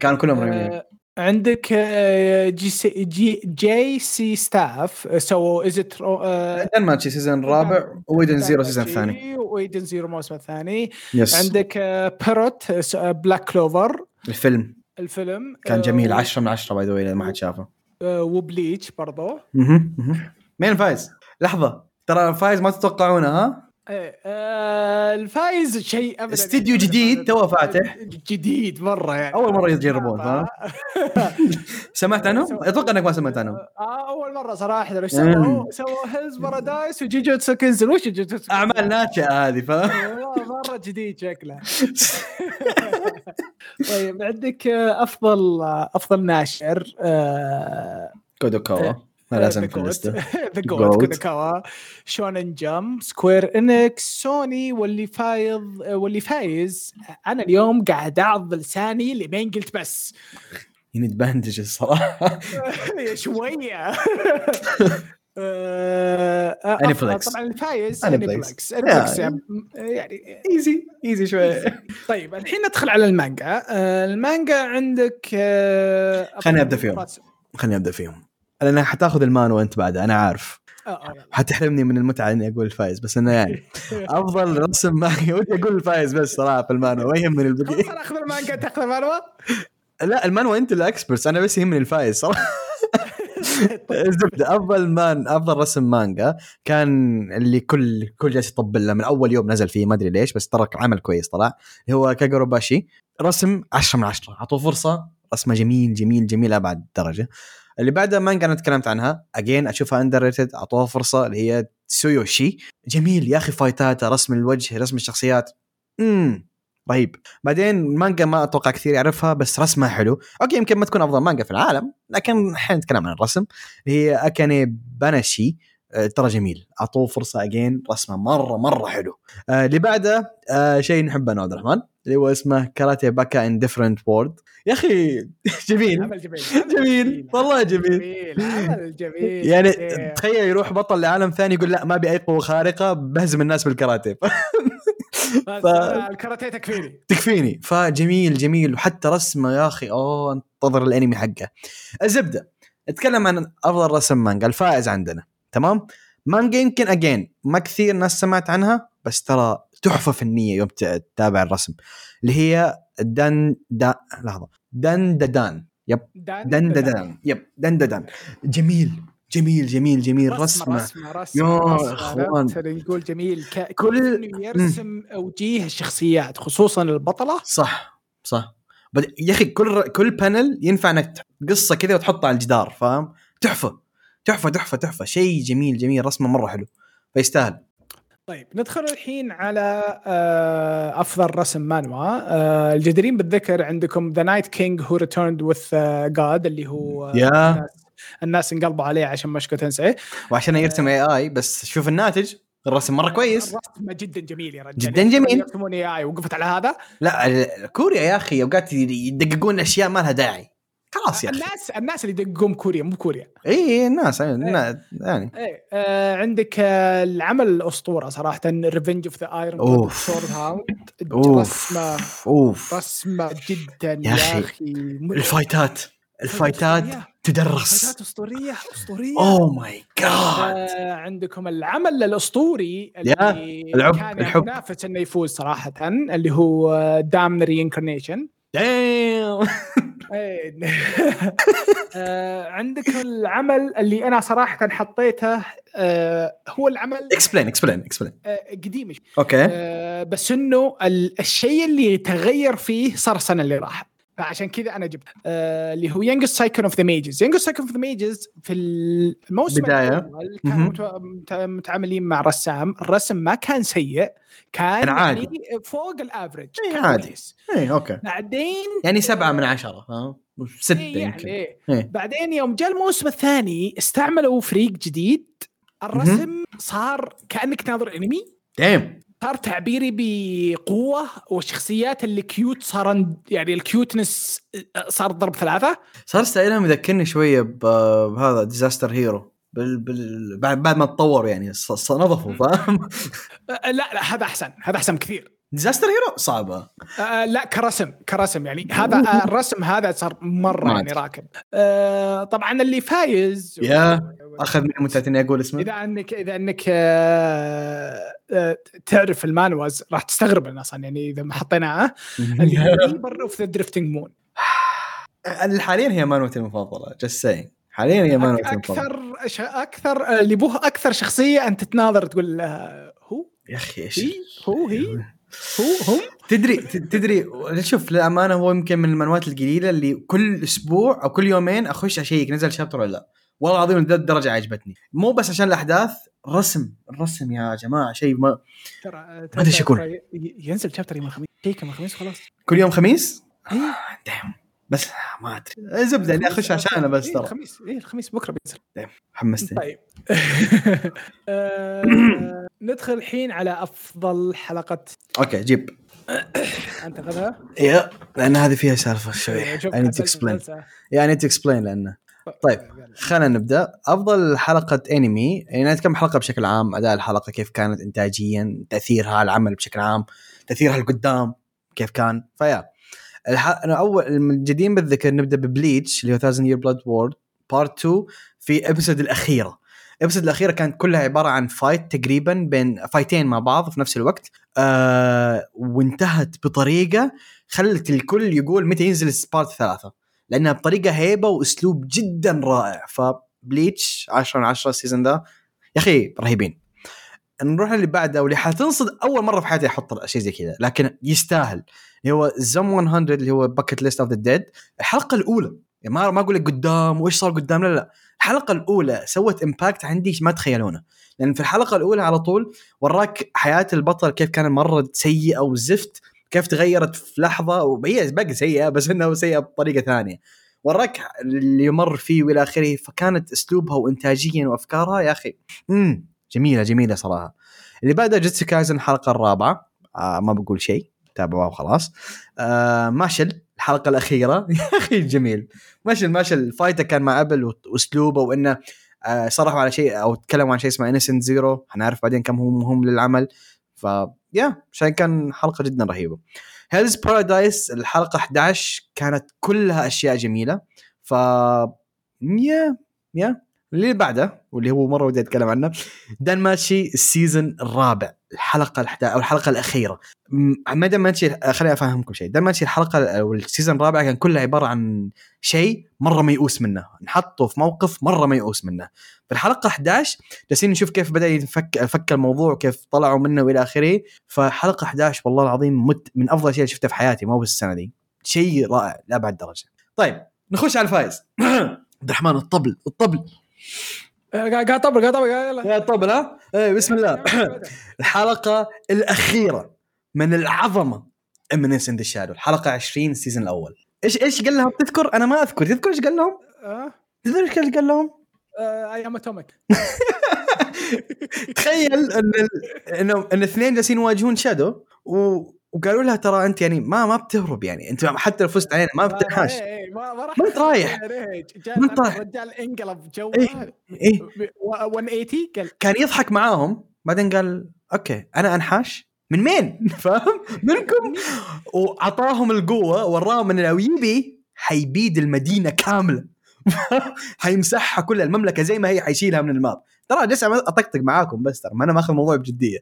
Speaker 2: كانوا كلهم ريميك
Speaker 1: آه، عندك آه، جي سي جي, جي سي ستاف آه، سووا از ات آه،
Speaker 2: دنماتشي سيزون الرابع ويدن زيرو سيزون الثاني
Speaker 1: ويدن زيرو الموسم الثاني
Speaker 2: يس
Speaker 1: عندك آه، بيروت بلاك كلوفر
Speaker 2: الفيلم
Speaker 1: آه، الفيلم
Speaker 2: كان
Speaker 1: آه،
Speaker 2: جميل
Speaker 1: و-
Speaker 2: 10 من 10 باي ذا واي ما حد شافه
Speaker 1: آه، وبليتش برضو
Speaker 2: مهم، مهم. مين فايز؟ لحظه ترى فايز ما تتوقعونه ها؟
Speaker 1: إيه، آه، الفايز شيء ابدا
Speaker 2: استديو جديد توه فاتح.
Speaker 1: جديد مره يعني
Speaker 2: اول مره يجربون فاهم؟ سمعت عنهم؟ اتوقع انك ما سمعت عنهم
Speaker 1: آه، اول مره صراحه لو
Speaker 2: مم.
Speaker 1: سووا سووا هيلز بارادايس وجوجوتسو كنزل وش جوجوتسو
Speaker 2: اعمال ناشئه هذه فاهم؟
Speaker 1: والله مره جديد شكله طيب عندك آه، افضل آه، افضل ناشر آه،
Speaker 2: كودوكاوا ما لازم في اللسته
Speaker 1: ذا
Speaker 2: Goat.
Speaker 1: جولد كوداكاوا شونن جمب سكوير انكس سوني واللي فايض آه، واللي فايز انا اليوم قاعد اعض لساني لمين قلت بس
Speaker 2: يعني تبهندج الصراحه
Speaker 1: شويه آه، آه،
Speaker 2: Aniplex.
Speaker 1: طبعا الفايز
Speaker 2: Aniplex.
Speaker 1: انيبلكس
Speaker 2: Yeah.
Speaker 1: يعني
Speaker 2: ايزي ايزي شويه
Speaker 1: طيب الحين ندخل على المانجا آه، المانجا عندك آه،
Speaker 2: خليني أبدأ فيهم.
Speaker 1: آه،
Speaker 2: خليني ابدا فيهم لانها حتاخذ المانو انت بعدها انا عارف
Speaker 1: آه، يلا.
Speaker 2: حتحرمني من المتعه اني اقول الفايز بس انه يعني افضل رسم مانجا ودي اقول الفايز بس صراحه في المانو ما يهمني
Speaker 1: خلاص
Speaker 2: البقيه
Speaker 1: انا اخذ المانجا تاخذ المانوا
Speaker 2: لا المانو انت الاكسبرتس انا بس يهمني الفايز صراحه الزبده افضل مان افضل رسم مانجا كان اللي كل كل جالس يطبل له من اول يوم نزل فيه ما ادري ليش بس ترى عمل كويس طلع اللي هو كاجورو باشي رسم 10 من 10 اعطوه فرصه رسمه جميل جميل جميل ابعد درجه اللي بعدها مانجا انا تكلمت عنها اجين اشوفها اندر ريتد اعطوها فرصه اللي هي تسويوشي جميل يا اخي فايتاته رسم الوجه رسم الشخصيات امم رهيب بعدين مانجا ما اتوقع كثير يعرفها بس رسمها حلو اوكي يمكن ما تكون افضل مانجا في العالم لكن احنا نتكلم عن الرسم هي اكاني باناشي آه، ترى جميل اعطوه فرصه اجين رسمه مره مره حلو آه، اللي بعده آه، شيء نحبه انا عبد الرحمن اللي هو اسمه كاراتي باكا ان ديفرنت وورد يا اخي جميل
Speaker 1: عمل جميل
Speaker 2: جميل والله جميل
Speaker 1: جميل عمل جميل
Speaker 2: يعني
Speaker 1: إيه.
Speaker 2: تخيل يروح بطل لعالم ثاني يقول لا ما ابي اي قوه خارقه بهزم الناس بالكاراتيه
Speaker 1: بس
Speaker 2: ف-
Speaker 1: أنا الكاراتيه تكفيني
Speaker 2: تكفيني فجميل جميل وحتى رسمه يا اخي اوه انتظر الانمي حقه الزبده اتكلم عن افضل رسم مانجا الفائز عندنا تمام مانجا يمكن اجين ما كثير ناس سمعت عنها بس ترى تحفه فنيه يوم ت- تتابع الرسم اللي هي دان دا لحظه دان ددان دنددان يب دنددان جميل جميل جميل جميل
Speaker 1: رسمه
Speaker 2: رسمه
Speaker 1: رسمه رسمه
Speaker 2: يا
Speaker 1: رسمة،
Speaker 2: إخوان.
Speaker 1: عرفت؟ اللي يقول جميل ك...
Speaker 2: كل-
Speaker 1: كل إنه يرسم اوجيه الشخصيات خصوصا البطله
Speaker 2: صح صح بد- يا اخي كل كل بانل ينفع انك تحط قصه كذا وتحطها على الجدار فاهم تحفه تحفه تحفه تحفه شيء جميل جميل رسمه مره حلو فيستاهل
Speaker 1: طيب ندخل الحين على آه، افضل رسم مانوا آه، الجديرين بالذكر عندكم ذا نايت كينج هو ريتيرند وذ جاد آه، اللي هو آه،
Speaker 2: يا.
Speaker 1: الناس- الناس انقلبوا عليه عشان مشكو تنسي
Speaker 2: وعشان يرسم اي اي بس شوف الناتج الرسم مره كويس
Speaker 1: الرسمه جدا جميل يا رجال
Speaker 2: جداً
Speaker 1: يعني
Speaker 2: جميل.
Speaker 1: يرسمون اي وقفت على هذا
Speaker 2: لا ال- كوريا يا اخي اوقات يدققون اشياء ما لها داعي خلاص يا اخي
Speaker 1: الناس الناس اللي يدقون كوريا مو كوريا
Speaker 2: اي الناس يعني
Speaker 1: ايه آه عندك آه العمل الاسطوره صراحه ريفنج اوف ذا ايرون
Speaker 2: أوف.
Speaker 1: سورد هاوند
Speaker 2: اوف
Speaker 1: رسمه
Speaker 2: اوف
Speaker 1: رسمه جدا
Speaker 2: يا
Speaker 1: يا
Speaker 2: أخي.
Speaker 1: اخي, مر-
Speaker 2: الفايتات الفايتات تدرس Oh
Speaker 1: فايتات اسطوريه اسطوريه
Speaker 2: اوه ماي جاد
Speaker 1: آه عندكم العمل الاسطوري
Speaker 2: يا،
Speaker 1: اللي
Speaker 2: العب-
Speaker 1: كان
Speaker 2: الحب.
Speaker 1: ينافس انه يفوز صراحه اللي هو دام رينكارنيشن
Speaker 2: دايم
Speaker 1: إيه. آه عندك العمل اللي انا صراحه حطيته آه هو العمل
Speaker 2: اكسبلين اكسبلين اكسبلين
Speaker 1: آه قديم
Speaker 2: اوكي
Speaker 1: آه، بس انه ال- الشيء اللي تغير فيه صار السنه اللي راحت فعشان كذا انا جبت آه، اللي هو ينجست سايكون اوف ذا ميجز ينجست سايكون اوف ذا ميجز في الموسم
Speaker 2: بداية.
Speaker 1: الأول
Speaker 2: مهم.
Speaker 1: كانوا مت- مت- متعاملين مع رسام الرسم ما كان سيء كان
Speaker 2: كان عادي.
Speaker 1: يعني فوق الافرج
Speaker 2: إيه،
Speaker 1: كان
Speaker 2: عادي.
Speaker 1: كويس.
Speaker 2: ايه اوكي
Speaker 1: بعدين
Speaker 2: يعني سبعة من عشرة فاهم؟ ستة
Speaker 1: إيه، يعني
Speaker 2: يمكن
Speaker 1: إيه.
Speaker 2: إيه.
Speaker 1: بعدين يوم جاء الموسم الثاني استعملوا فريق جديد الرسم صار كانك ناظر انمي
Speaker 2: دايم
Speaker 1: صار تعبيري بقوه والشخصيات اللي كيوت صار يعني الكيوتنس صار ضرب ثلاثه
Speaker 2: صار ستايلهم يذكرني شوية ب- بهذا ديزاستر هيرو بال... بال... بعد بعد ما تطور يعني ص- ص- نظفوا فاهم؟
Speaker 1: أه، لا لا هذا احسن هذا احسن كثير
Speaker 2: ديزاستر هيرو صعبة
Speaker 1: أه، لا كرسم كرسم يعني هذا أه، الرسم هذا صار مره
Speaker 2: مات.
Speaker 1: يعني راكب أه، طبعا اللي فايز
Speaker 2: يا، اخذ من متعة اني اقول اسمه
Speaker 1: اذا انك اذا انك أه، أه، تعرف المانواز راح تستغرب الناس اصلا يعني اذا ما حطيناه اللي هو ريبر اوف ذا درفتنج مون
Speaker 2: حاليا هي مانوتي المفضلة جست سينج حاليا هي مانوتي المفضلة
Speaker 1: اكثر ش- اكثر آه، اللي بوه اكثر شخصيه انت تناظر تقول لها هو
Speaker 2: يا اخي ايش
Speaker 1: هي هو هي هو هم
Speaker 2: تدري تدري شوف للامانه هو يمكن من المنوات القليله اللي كل اسبوع او كل يومين اخش اشيك نزل شابتر ولا لا والله العظيم لذات الدرجه عجبتني مو بس عشان الاحداث الرسم الرسم يا جماعه شيء ما
Speaker 1: ترى ما
Speaker 2: أدري إيش يكون.
Speaker 1: ينزل شابتر يوم الخميس هيك يوم الخميس خلاص
Speaker 2: كل يوم خميس
Speaker 1: إيه.
Speaker 2: دايم بس ما ادري زبده اللي اخش عشانه بس
Speaker 1: إيه،
Speaker 2: ترى
Speaker 1: الخميس اي الخميس بكره بينزل
Speaker 2: حمستني
Speaker 1: طيب آه، ندخل الحين على افضل حلقه
Speaker 2: اوكي جيب
Speaker 1: انت غدا آه،
Speaker 2: يا لان هذه فيها سالفه شوي يعني اي نيد اكسبلين
Speaker 1: طيب.
Speaker 2: يا نيد اكسبلين لانه طيب.
Speaker 1: آه،
Speaker 2: خلينا نبدا افضل حلقه انمي يعني نتكلم حلقه بشكل عام اداء الحلقه كيف كانت انتاجيا تاثيرها على العمل بشكل عام تاثيرها القدام كيف كان فيا الح... أنا اول الجديد بالذكر نبدا ببليتش اللي هو 1000 يير بلاد وورد بارت 2 في ابسود الاخيره الابسود الاخيره كانت كلها عباره عن فايت تقريبا بين فايتين مع بعض في نفس الوقت آه وانتهت بطريقه خلت الكل يقول متى ينزل بارت ثلاثه لانها بطريقه هيبه واسلوب جدا رائع فبليتش 10 من 10 السيزون ذا يا اخي رهيبين نروح اللي بعده واللي حتنصد اول مره في حياتي احط شيء زي كذا لكن يستاهل اللي هو زم 100 اللي هو باكت ليست اوف ذا ديد الحلقه الاولى يعني ما ما اقول لك قدام وايش صار قدام لا لا لا. الحلقه الاولى سوت امباكت عندي ما تخيلونه لان في الحلقه الاولى على طول وراك حياه البطل كيف كانت مره سيئه وزفت كيف تغيرت في لحظه وهي باقي سيئه بس انها سيئه بطريقه ثانيه وراك اللي يمر فيه والى اخره فكانت اسلوبها وانتاجيا وافكارها يا اخي امم جميله جميله صراحه اللي بعدها جيتسو كايزن الحلقه الرابعه آه ما بقول شيء تابعوها وخلاص آه ماشل الحلقه الاخيره يا اخي جميل ماشل ماشل فايته كان مع ابل وت- واسلوبه وانه آه صرحوا على شيء او تكلموا عن شيء اسمه انسنت زيرو حنعرف بعدين كم هو مهم للعمل ف يا عشان كان حلقه جدا رهيبه هيلز بارادايس الحلقه 11 كانت كلها اشياء جميله ف يا يا اللي بعده واللي هو مره ودي اتكلم عنه دان ماتشي السيزون الرابع الحلقه الحدا او الحلقه الاخيره م- دان ماتشي خليني افهمكم شيء دان ماتشي الحلقه او السيزون الرابع كان كله عباره عن شيء مره ميؤوس منه نحطه في موقف مره ميؤوس منه في الحلقه 11 جالسين نشوف كيف بدا ينفك فك الموضوع وكيف طلعوا منه والى اخره فحلقه 11 والله العظيم مت من افضل شيء شفته في حياتي مو بس السنه دي شيء رائع لابعد درجه طيب نخش على الفايز عبد الرحمن الطبل الطبل
Speaker 1: آه، قاعد قاعد طبق قاعد طبق يلا
Speaker 2: يا طبل ها إيه، بسم الله الحلقه الاخيره من العظمه امنس اند شادو الحلقه 20 السيزون الاول ايش ايش قال لهم تذكر انا ما اذكر تذكر ايش قال لهم
Speaker 1: آه،
Speaker 2: تذكر ايش قال لهم
Speaker 1: آه، اي ام اتوميك
Speaker 2: تخيل ان ال- انه ان اثنين جالسين يواجهون شادو و... وقالوا لها ترى انت يعني ما ما بتهرب يعني انت حتى لو فزت علينا ما بتنحاش
Speaker 1: ما ما راح إيه،
Speaker 2: ما أنت رايح. ما أنت رايح.
Speaker 1: الرجال انقلب جو
Speaker 2: إيه. ايه
Speaker 1: 180 قال
Speaker 2: كان يضحك معاهم بعدين قال اوكي انا انحاش من مين؟ فاهم؟ منكم؟ وعطاهم القوه وراهم ان لو يبي حيبيد المدينه كامله حيمسحها كل المملكه زي ما هي حيشيلها من الماب ترى لسه ما اطقطق معاكم بس ترى ما انا ماخذ الموضوع بجديه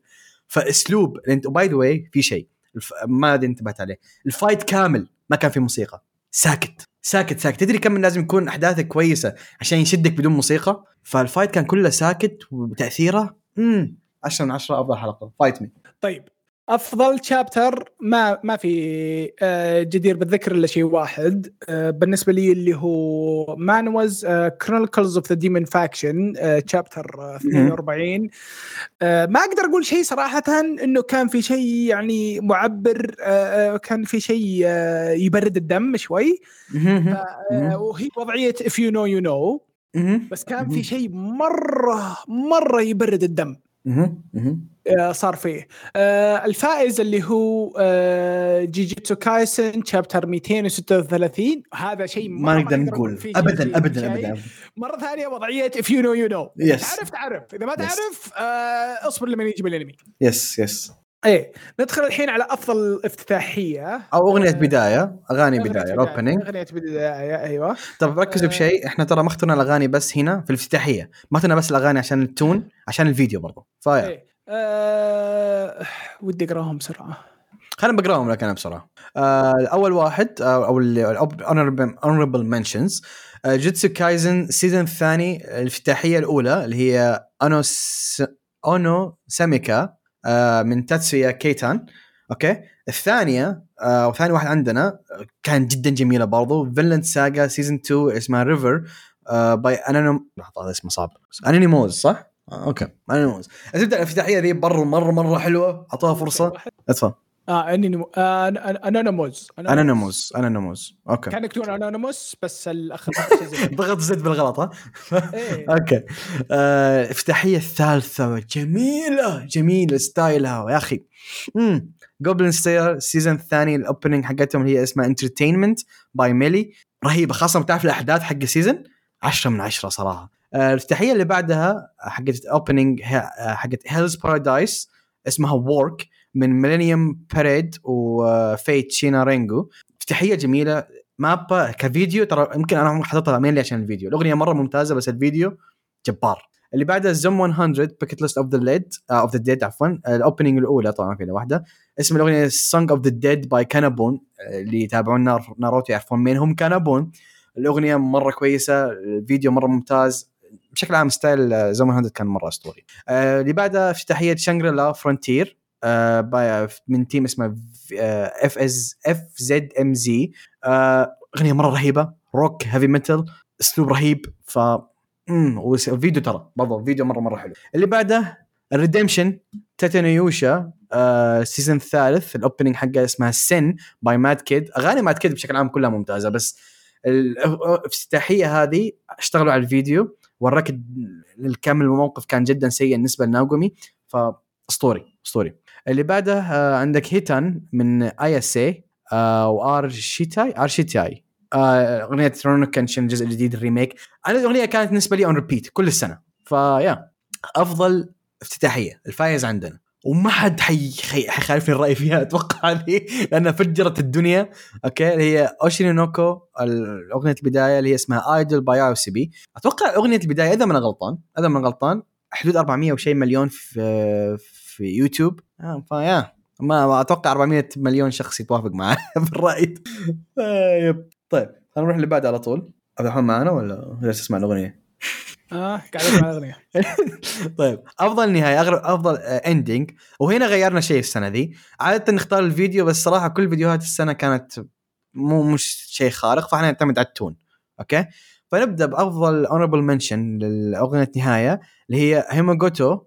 Speaker 2: فاسلوب انت باي ذا واي في شيء الف... ما أدري انتبهت عليه الفايت كامل ما كان في موسيقى ساكت ساكت ساكت تدري كم لازم يكون احداثه كويسه عشان يشدك بدون موسيقى فالفايت كان كله ساكت وتاثيره امم 10 من 10 افضل حلقه فايت مي
Speaker 1: طيب افضل شابتر ما ما في آه، جدير بالذكر الا شيء واحد آه، بالنسبه لي اللي هو آه، مانوز كرونيكلز اوف ذا ديمون فاكشن شابتر 42 آه، ما اقدر اقول شيء صراحه انه كان في شيء يعني معبر آه، آه، كان في شيء آه، يبرد الدم شوي آه، وهي وضعيه اف يو نو يو نو بس كان في شيء مره مره يبرد الدم آه، صار فيه آه، الفائز اللي هو آه، جيجيتسو كايسن شابتر 236 هذا شيء مرة
Speaker 2: ما نقدر
Speaker 1: أقول
Speaker 2: نقول
Speaker 1: فيه شيء-
Speaker 2: ابدا ابدا
Speaker 1: شيء.
Speaker 2: ابدا
Speaker 1: مره ثانيه وضعيه if you know you know
Speaker 2: Yes.
Speaker 1: تعرف تعرف اذا ما
Speaker 2: Yes.
Speaker 1: تعرف آه، اصبر لما يجي بالانمي
Speaker 2: يس يس
Speaker 1: ايه ندخل الحين على افضل افتتاحيه
Speaker 2: او اغنيه بدايه اغاني
Speaker 1: أغنية
Speaker 2: بدايه اوبننج
Speaker 1: اغنيه بدايه ايوه
Speaker 2: طب ركزوا
Speaker 1: آه.
Speaker 2: بشيء احنا ترى ما اخترنا الاغاني بس هنا في الافتتاحيه ما اخترنا بس الاغاني عشان التون عشان الفيديو برضو فاير
Speaker 1: ايه آه، ودي اقراهم بسرعه
Speaker 2: خلينا بقراهم لك انا بسرعه. آه، اول واحد آه، او الاونربل منشنز جيتسو كايزن السيزون الثاني الافتتاحيه الاولى اللي هي اونو س... اونو ساميكا آه، من تاتسويا كيتان اوكي الثانيه آه، او ثاني واحد عندنا آه، كان جدا جميله برضو فيلن ساجا سيزون 2 اسمها ريفر باي انانيم لحظه هذا اسمه صعب انانيموز صح؟ آه، اوكي انانيموز الزبده الافتتاحيه ذي برضو مره مره حلوه اعطوها فرصه اتفضل
Speaker 1: اه اني انونيموز
Speaker 2: انانيموس انانيموس اوكي
Speaker 1: كان يكتبون انونيموس بس الاخ
Speaker 2: ضغط زد بالغلط ها
Speaker 1: إيه.
Speaker 2: اوكي آه، افتتاحيه الثالثه جميله جميله ستايلها يا اخي امم جوبلن ستير السيزون الثاني الاوبننج حقتهم اللي هي اسمها انترتينمنت باي ميلي رهيبه خاصه بتعرف الاحداث حق السيزون 10 من 10 صراحه آه، الافتتاحيه اللي بعدها حقت اوبننج حقت هيلز بارادايس اسمها وورك من ميلينيوم باريد وفيت شينا رينجو افتتاحيه جميله مابا كفيديو ترى يمكن انا عمري حاططها مينلي عشان الفيديو الاغنيه مره ممتازه بس الفيديو جبار اللي بعدها زوم 100 بيكت ليست اوف ذا ليد اوف ذا ديد عفوا الاوبننج الاولى طبعا في واحده اسم الاغنيه سونج اوف ذا ديد باي كانابون آه، اللي يتابعون نار- ناروتو يعرفون مين هم كانابون الاغنيه مره كويسه الفيديو مره ممتاز بشكل عام ستايل آه، زوم 100 كان مره اسطوري آه، اللي بعدها افتتاحيه شانغريلا فرونتير آه، من تيم اسمه آه، اف از اف زد ام زي اغنيه مره رهيبه روك هيفي ميتال اسلوب رهيب ف امم والفيديو ترى برضه الفيديو مره مره حلو اللي بعده الريديمشن تاتانا يوشا آه، السيزون الثالث الاوبننج حقه اسمها سن باي ماد كيد اغاني ماد كيد بشكل عام كلها ممتازه بس ال- الافتتاحيه هذه اشتغلوا على الفيديو وراك ال- الكم الموقف كان جدا سيء بالنسبه لناغومي فاسطوري اسطوري اللي بعده آه، عندك هيتان من اي اس اي وار شيتاي ار شيتاي آه، اغنيه رونو كانشن الجزء الجديد الريميك انا الاغنيه كانت بالنسبه لي اون ريبيت كل السنه فيا افضل افتتاحيه الفايز عندنا وما حد حي حي- حيخالفني الراي فيها اتوقع هذه لانها فجرت الدنيا اوكي اللي هي اوشيني نوكو اغنيه البدايه اللي هي اسمها ايدل باي او سي بي اتوقع اغنيه البدايه اذا ما انا غلطان اذا ما انا غلطان حدود 400 وشيء مليون في في يوتيوب آه، فيا ما ما اتوقع 400 مليون شخص يتوافق معاه في الراي آه، يب. طيب خلينا نروح اللي بعد على طول عبد الرحمن معنا ولا جالس اسمع الاغنيه؟
Speaker 1: اه قاعد اسمع الاغنيه
Speaker 2: طيب افضل نهايه اغرب افضل اندنج وهنا غيرنا شيء السنه دي عاده نختار الفيديو بس صراحه كل فيديوهات السنه كانت مو مش شيء خارق فاحنا نعتمد على التون اوكي فنبدا بافضل اونربل منشن لاغنيه نهايه اللي هي آه، هيماغوتو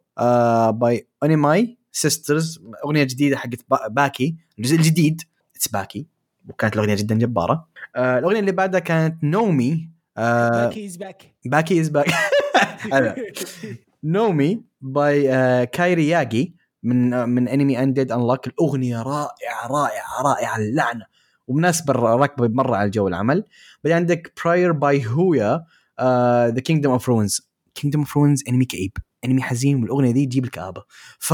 Speaker 2: باي اونيماي سيسترز اغنيه جديده حقت با- باكي الجزء الجديد اتس باكي وكانت الاغنيه جدا جباره آه، الاغنيه اللي بعدها كانت نومي آه،
Speaker 1: باكي از باك
Speaker 2: باكي از باك نومي باي آه، كايري ياجي من آه، من انمي انديد انلاك الاغنيه رائعه رائعه رائعه اللعنه ومناسبه الركبه مره على جو العمل بعدين عندك براير باي هويا ذا كينجدوم اوف رونز كينجدوم اوف رونز انمي كئيب انمي حزين والاغنيه دي تجيب الكآبه ف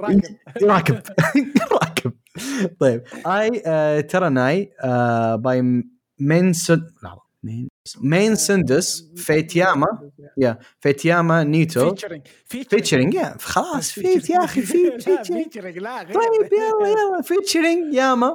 Speaker 1: راكب.
Speaker 2: راكب راكب طيب اي تراناي باي مين سن لحظه مين مين سندس فيتياما فيتياما نيتو
Speaker 1: فيتشرنج
Speaker 2: فيتشرنج يا خلاص فيت يا اخي فيت فيتشرنج
Speaker 1: فيتشرنج لا غير
Speaker 2: طيب يلا يلا فيتشرنج ياما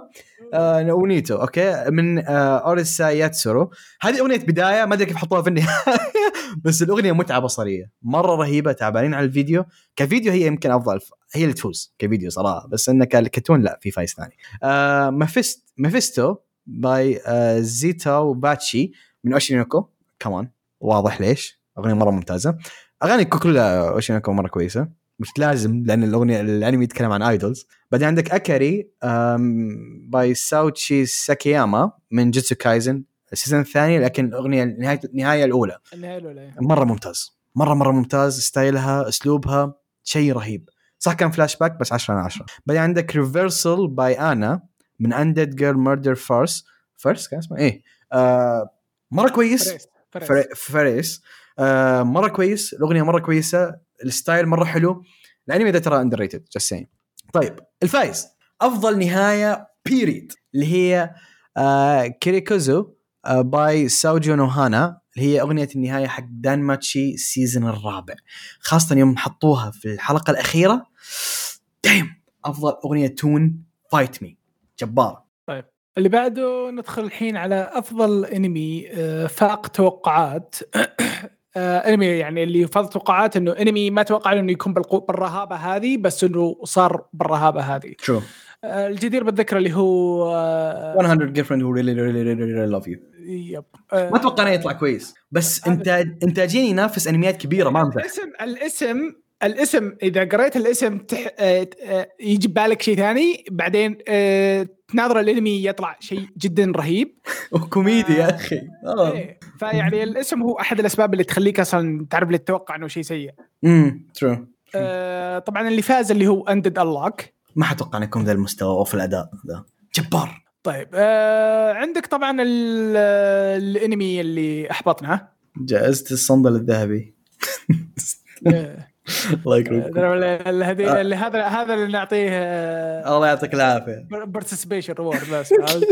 Speaker 2: آه ونيتو اوكي من آه اوريسا ياتسورو هذه اغنيه بدايه ما ادري كيف حطوها في النهايه بس الاغنيه متعه بصريه مره رهيبه تعبانين على الفيديو كفيديو هي يمكن افضل هي اللي تفوز كفيديو صراحه بس انه ك- كتون لا في فايز ثاني آه مافيست مافيستو باي آه زيتا وباتشي من اوشينوكو كمان واضح ليش اغنيه مره ممتازه اغاني كلها اوشينوكو مره كويسه مش لازم لان الاغنيه الانمي يتكلم عن ايدولز بعدين عندك اكاري أم، باي ساوتشي ساكياما من جيتسو كايزن السيزون الثاني لكن الاغنيه النهايه النهايه الاولى
Speaker 1: النهايه الاولى
Speaker 2: مره ممتاز مره مره ممتاز ستايلها اسلوبها شيء رهيب صح كان فلاش باك بس 10 على 10 بعدين عندك ريفرسال باي انا من اندد جيرل ميردر فارس فارس كان اسمه ايه آه مره كويس
Speaker 1: فريس فريس
Speaker 2: فريس, فريس. آه مره كويس الاغنيه مره كويسه الستايل مره حلو الانمي ده ترى اندر ريتد طيب الفايز افضل نهايه بيريد اللي هي آه كيريكوزو آه باي ساوجو نوهانا اللي هي اغنيه النهايه حق دان ماتشي سيزون الرابع خاصه يوم حطوها في الحلقه الاخيره دايم افضل اغنيه تون فايت مي جبار
Speaker 1: اللي بعده ندخل الحين على افضل انمي آه، فاق توقعات آه، انمي يعني اللي فاق توقعات انه انمي ما توقع انه يكون بالقو- بالرهابه هذه بس انه صار بالرهابه هذه
Speaker 2: ترو
Speaker 1: آه، الجدير بالذكر اللي هو آه،
Speaker 2: 100 girlfriend who really really really really love you
Speaker 1: يب آه،
Speaker 2: ما اتوقع انه يطلع كويس بس انتاج انتاجيا ينافس انميات كبيره ما امزح
Speaker 1: الاسم الاسم الاسم اذا قريت الاسم تح... آه، آه، يجي ببالك شيء ثاني بعدين آه، تناظر الانمي يطلع شيء جدا رهيب
Speaker 2: وكوميدي يا اخي اه
Speaker 1: إيه. فيعني الاسم هو احد الاسباب اللي تخليك اصلا تعرف اللي تتوقع انه شيء سيء
Speaker 2: امم ترو
Speaker 1: آه، طبعا اللي فاز اللي هو اندد الله
Speaker 2: ما حتوقع انه يكون ذا المستوى او في الاداء ذا جبار
Speaker 1: طيب آه، عندك طبعا ال- الانمي اللي احبطنا
Speaker 2: جائزة الصندل الذهبي
Speaker 1: آه،
Speaker 2: الله يكرمك
Speaker 1: ال- هذه- ال- هذا هذا اللي نعطيه آه،
Speaker 2: الله يعطيك العافية
Speaker 1: بارتيسبيشن ريورد بس عرفت؟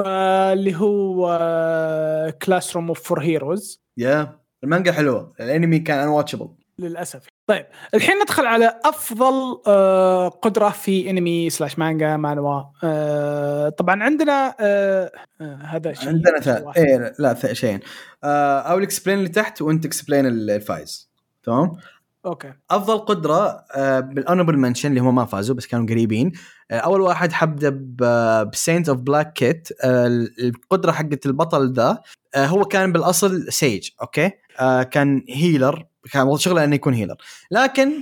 Speaker 1: آه، اللي هو آه، كلاس روم اوف فور هيروز
Speaker 2: يا المانجا حلوة الانمي كان ان واتشبل
Speaker 1: للاسف طيب الحين ندخل على افضل آه، قدره في انمي سلاش مانجا مانوا آه، طبعا عندنا آه، آه، هذا شيء
Speaker 2: عندنا ثلاث
Speaker 1: واحد.
Speaker 2: ايه لا- لا ث- شيئين آه، اول اكسبلين اللي تحت وانت اكسبلين ال- الفايز تمام
Speaker 1: اوكي
Speaker 2: افضل قدره بالاونبل منشن آه، اللي هم ما فازوا بس كانوا قريبين آه، اول واحد آه، حبدا بسينت اوف بلاك كيت القدره آه، حقت البطل ذا آه، هو كان بالاصل سيج اوكي آه، كان هيلر كان والله شغله انه يكون هيلر لكن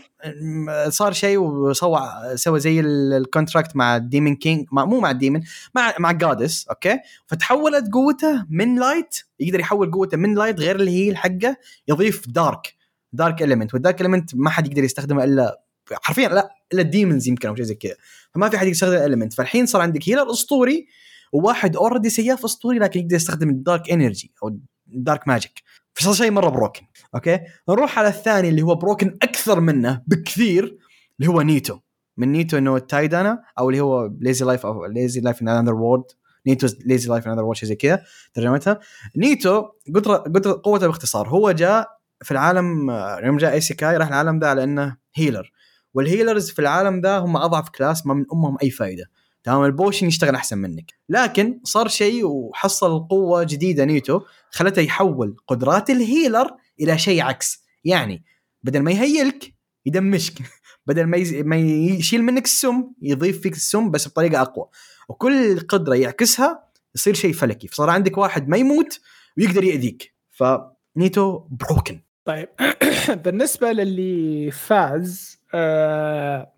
Speaker 2: م- صار شيء وسوى سوى زي ال- الكونتراكت مع الديمن كينج مع مو مع الديمن مع مع جادس اوكي فتحولت قوته من لايت يقدر يحول قوته من لايت غير الهيل حقه يضيف دارك دارك المنت والدارك المنت ما حد يقدر يستخدمه الا حرفيا لا الا الديمونز يمكن او شيء زي كذا فما في حد يستخدم المنت فالحين صار عندك هيلر اسطوري وواحد اوريدي سياف اسطوري لكن يقدر يستخدم الدارك انرجي او الدارك ماجيك فصار شيء مره بروكن اوكي نروح على الثاني اللي هو بروكن اكثر منه بكثير اللي هو نيتو من نيتو انه تايدانا او اللي هو ليزي لايف او ليزي لايف ان اذر وورد نيتو ليزي لايف ان اذر وورد شيء زي كذا ترجمتها نيتو قدره قدره قوته باختصار هو جاء في العالم آه، يوم جاء اي سيكاي راح العالم ذا على انه هيلر والهيلرز في العالم ذا هم اضعف كلاس ما من امهم اي فائده تمام البوشن يشتغل احسن منك لكن صار شيء وحصل قوه جديده نيتو خلته يحول قدرات الهيلر الى شيء عكس يعني بدل ما يهيلك يدمشك بدل ما يز... ما يشيل منك السم يضيف فيك السم بس بطريقه اقوى وكل قدره يعكسها يصير شيء فلكي فصار عندك واحد ما يموت ويقدر ياذيك فنيتو بروكن
Speaker 1: طيب بالنسبه للي فاز آه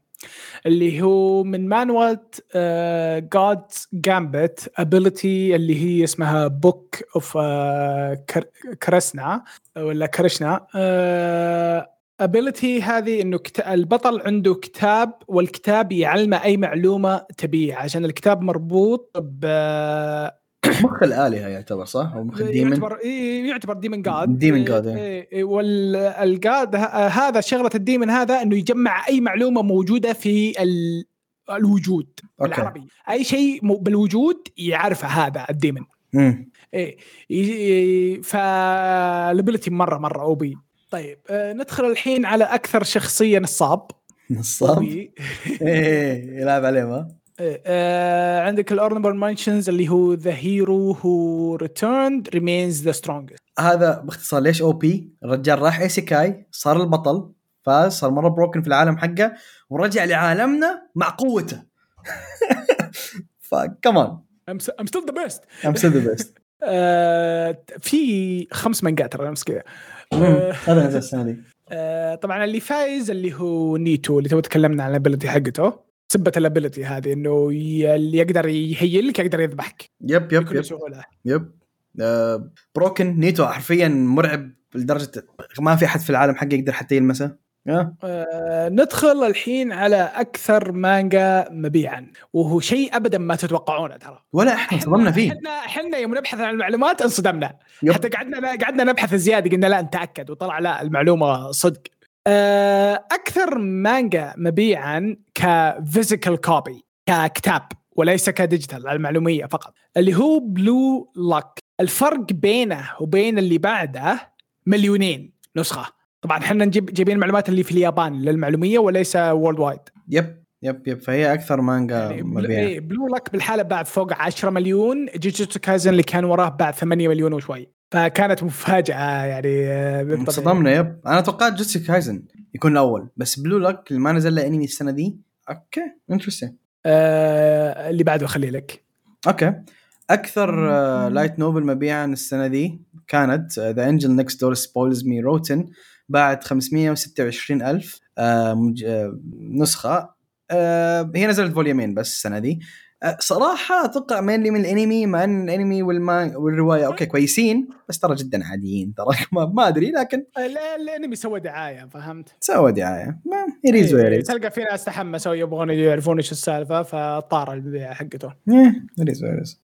Speaker 1: اللي هو من آه، مانوال جاد جامبت ابيلتي اللي هي اسمها بوك اوف كرسنا ولا كرشنا ابيلتي هذه انه كت... البطل عنده كتاب والكتاب يعلمه اي معلومه تبيه عشان الكتاب مربوط ب
Speaker 2: مخ الالهه يعتبر صح؟ او مخ الديمن
Speaker 1: يعتبر إيه، يعتبر ديمن جاد
Speaker 2: ديمن جاد، إيه.
Speaker 1: والجاد هذا شغله الديمن هذا انه يجمع اي معلومه موجوده في ال... الوجود
Speaker 2: أوكي.
Speaker 1: بالعربي اي شيء مو- بالوجود يعرفه هذا الديمن
Speaker 2: مم.
Speaker 1: ايه ي- ي- فالابيلتي مره مره او بي طيب آه، ندخل الحين على اكثر شخصيه نصاب
Speaker 2: نصاب
Speaker 1: أوبي.
Speaker 2: ايه يلعب عليه ما
Speaker 1: آه، عندك الاورنبل مانشنز اللي هو ذا هيرو هو ريتيرند ريمينز ذا سترونجست
Speaker 2: هذا باختصار ليش او بي الرجال راح ايسيكاي صار البطل فاز صار مره بروكن في العالم حقه ورجع لعالمنا مع قوته فكمان
Speaker 1: ام ستيل ذا بيست
Speaker 2: ام سو ذا بيست
Speaker 1: آه، في خمس مانجات انا امس كذا آه،
Speaker 2: هذا نزل السنه دي
Speaker 1: آه، طبعا اللي فايز اللي هو نيتو اللي تو تكلمنا عن الابيلتي حقته سبة الابيلتي هذه انه ي- اللي يقدر يهيلك يقدر يذبحك
Speaker 2: يب يب
Speaker 1: بكل
Speaker 2: يب
Speaker 1: سهوله
Speaker 2: يب آه، بروكن نيتو حرفيا مرعب لدرجه ما في احد في العالم حقه يقدر حتى يلمسه آه.
Speaker 1: آه، ندخل الحين على اكثر مانجا مبيعا وهو شيء ابدا ما تتوقعونه ترى
Speaker 2: ولا احنا انصدمنا فيه
Speaker 1: احنا احنا يوم نبحث عن المعلومات انصدمنا
Speaker 2: يب.
Speaker 1: حتى قعدنا قعدنا نبحث زياده قلنا لا نتاكد وطلع لا المعلومه صدق آه، اكثر مانجا مبيعا كفيزيكال كوبي ككتاب وليس كديجيتال المعلوميه فقط اللي هو بلو لك الفرق بينه وبين اللي بعده مليونين نسخه طبعا احنا نجيب جايبين المعلومات اللي في اليابان للمعلوميه وليس وورلد وايد
Speaker 2: يب يب يب فهي اكثر مانجا
Speaker 1: يعني بل-
Speaker 2: مبيعا
Speaker 1: إيه، بلو لك بالحاله باع فوق 10 مليون جوجوتسو كايزن اللي كان وراه باع 8 مليون وشوي فكانت مفاجاه يعني آه، بالطبع.
Speaker 2: انصدمنا يب انا توقعت جوتسي كايزن يكون الاول بس بلو لك اللي ما نزل له انمي السنه دي اوكي انترستنج
Speaker 1: آه اللي بعده خلي لك
Speaker 2: اوكي اكثر آه، لايت نوفل مبيعا السنه دي كانت آه، ذا انجل نكست دور سبويلز مي روتن باعت 526 الف آه، مج- آه، نسخه آه، هي نزلت فوليومين بس السنه دي آه، صراحه اتوقع مينلي من الانمي مع ان الانمي والما والروايه اوكي كويسين بس ترى جدا عاديين ترى ما- ما ادري لكن
Speaker 1: آه، لا الانمي سوى دعايه فهمت؟
Speaker 2: سوى دعايه ما يريز
Speaker 1: إيه،
Speaker 2: ويريز
Speaker 1: تلقى في ناس تحمسوا يبغون يعرفون ايش السالفه فطار البيع حقته.
Speaker 2: إيه، يريز ويريز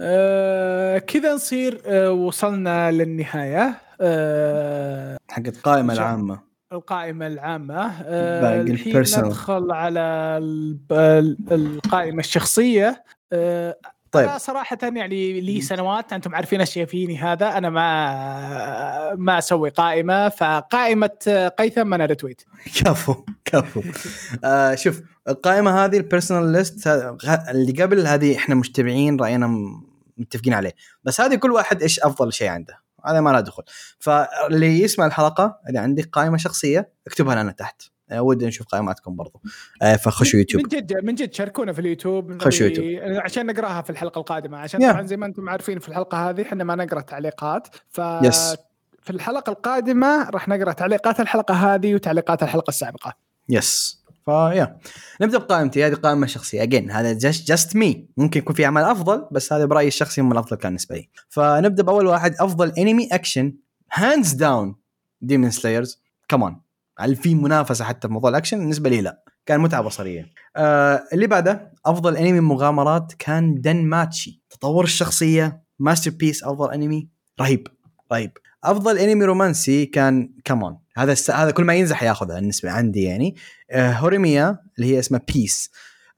Speaker 1: آه كذا نصير آه وصلنا للنهايه آه
Speaker 2: حق القائمه
Speaker 1: إن شاء-
Speaker 2: العامه
Speaker 1: القائمه العامه
Speaker 2: باقي
Speaker 1: آه الحين
Speaker 2: الpersonal.
Speaker 1: ندخل على ال- ال- القائمه الشخصيه آه
Speaker 2: طيب
Speaker 1: أنا صراحة يعني لي سنوات أنتم عارفين أشياء فيني هذا أنا ما ما أسوي قائمة فقائمة آه، قيثم أنا ريتويت
Speaker 2: كفو كفو آه شوف القائمه هذه البيرسونال ليست اللي قبل هذه احنا مجتمعين راينا م- متفقين عليه بس هذه كل واحد ايش افضل شيء عنده هذا ما له دخل فاللي يسمع الحلقه اذا عندك قائمه شخصيه اكتبها لنا تحت آه، ودي نشوف قائماتكم برضو آه فخشوا يوتيوب
Speaker 1: من جد من جد شاركونا في اليوتيوب
Speaker 2: خشوا
Speaker 1: نبي- عشان نقراها في الحلقة القادمة عشان
Speaker 2: Yeah.
Speaker 1: طبعا زي ما أنتم عارفين في الحلقة هذه احنا ما نقرأ تعليقات ف
Speaker 2: Yes.
Speaker 1: في الحلقة القادمة راح نقرأ تعليقات الحلقة هذه وتعليقات الحلقة السابقة
Speaker 2: يس فيا نبدا بقائمتي هذه قائمه شخصيه اجين هذا جاست جاست مي ممكن يكون في اعمال افضل بس هذا برايي الشخصي هم الافضل كان بالنسبه لي فنبدا باول واحد افضل انمي اكشن هاندز داون ديمون سلايرز كمان هل في منافسه حتى في موضوع الاكشن بالنسبه لي لا كان متعه بصريه آه اللي بعده افضل انمي مغامرات كان دن ماتشي تطور الشخصيه ماستر بيس افضل انمي رهيب رهيب افضل انمي رومانسي كان كمون هذا الس... هذا كل ما ينزح ياخذها بالنسبه عندي يعني آه هوريميا اللي هي اسمها بيس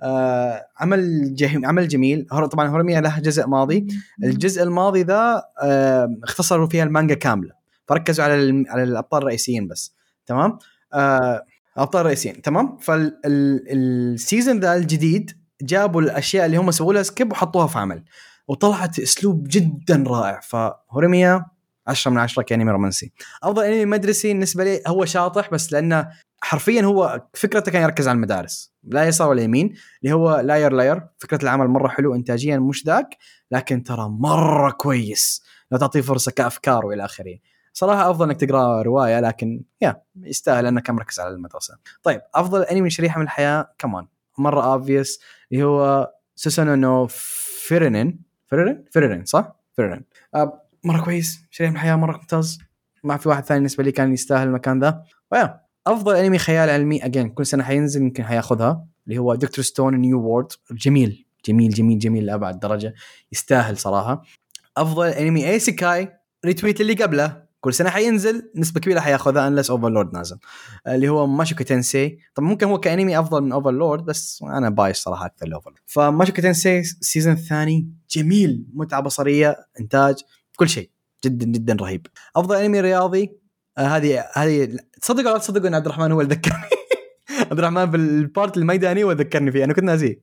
Speaker 2: آه عمل جه... عمل جميل هور... طبعا هوريميا له جزء ماضي الجزء الماضي ذا آه اختصروا فيها المانجا كامله فركزوا على ال... على الابطال الرئيسيين بس تمام آه ابطال رئيسيين تمام فالسيزون ذا الجديد جابوا الاشياء اللي هم سووا لها سكيب وحطوها في عمل وطلعت اسلوب جدا رائع فهوريميا 10 من 10 كانمي رومانسي افضل انمي مدرسي بالنسبه لي هو شاطح بس لانه حرفيا هو فكرته كان يركز على المدارس لا يسار ولا يمين اللي هو لاير لاير فكره العمل مره حلو انتاجيا مش ذاك لكن ترى مره كويس لا تعطيه فرصه كافكار والى اخره صراحه افضل انك تقرا روايه لكن يا يستاهل انه كان مركز على المدرسه طيب افضل انمي شريحه من الحياه كمان مره اوبفيس اللي هو سوسانو نو فيرنين فيرنين فيرنين صح فيرنين أه مره كويس شريحه من الحياه مره ممتاز ما في واحد ثاني بالنسبه لي كان يستاهل المكان ذا ويا افضل انمي خيال علمي اجين كل سنه حينزل يمكن حياخذها اللي هو دكتور ستون نيو وورد جميل جميل جميل جميل لابعد درجه يستاهل صراحه افضل انمي اي سيكاي ريتويت اللي قبله كل سنه حينزل نسبه كبيره حياخذها انلس اوفرلورد نازل اللي هو ماشوكو تنسي طب ممكن هو كانمي افضل من اوفرلورد بس انا بايش صراحه اكثر لاوفرلورد فماشوكو تنسي السيزون الثاني جميل متعه بصريه انتاج كل شيء جدا جدا رهيب افضل انمي رياضي آه هذه هذه تصدق ولا تصدق ان عبد الرحمن هو اللي ذكرني عبد الرحمن بالبارت الميداني هو ذكرني فيه انا كنت ناسيه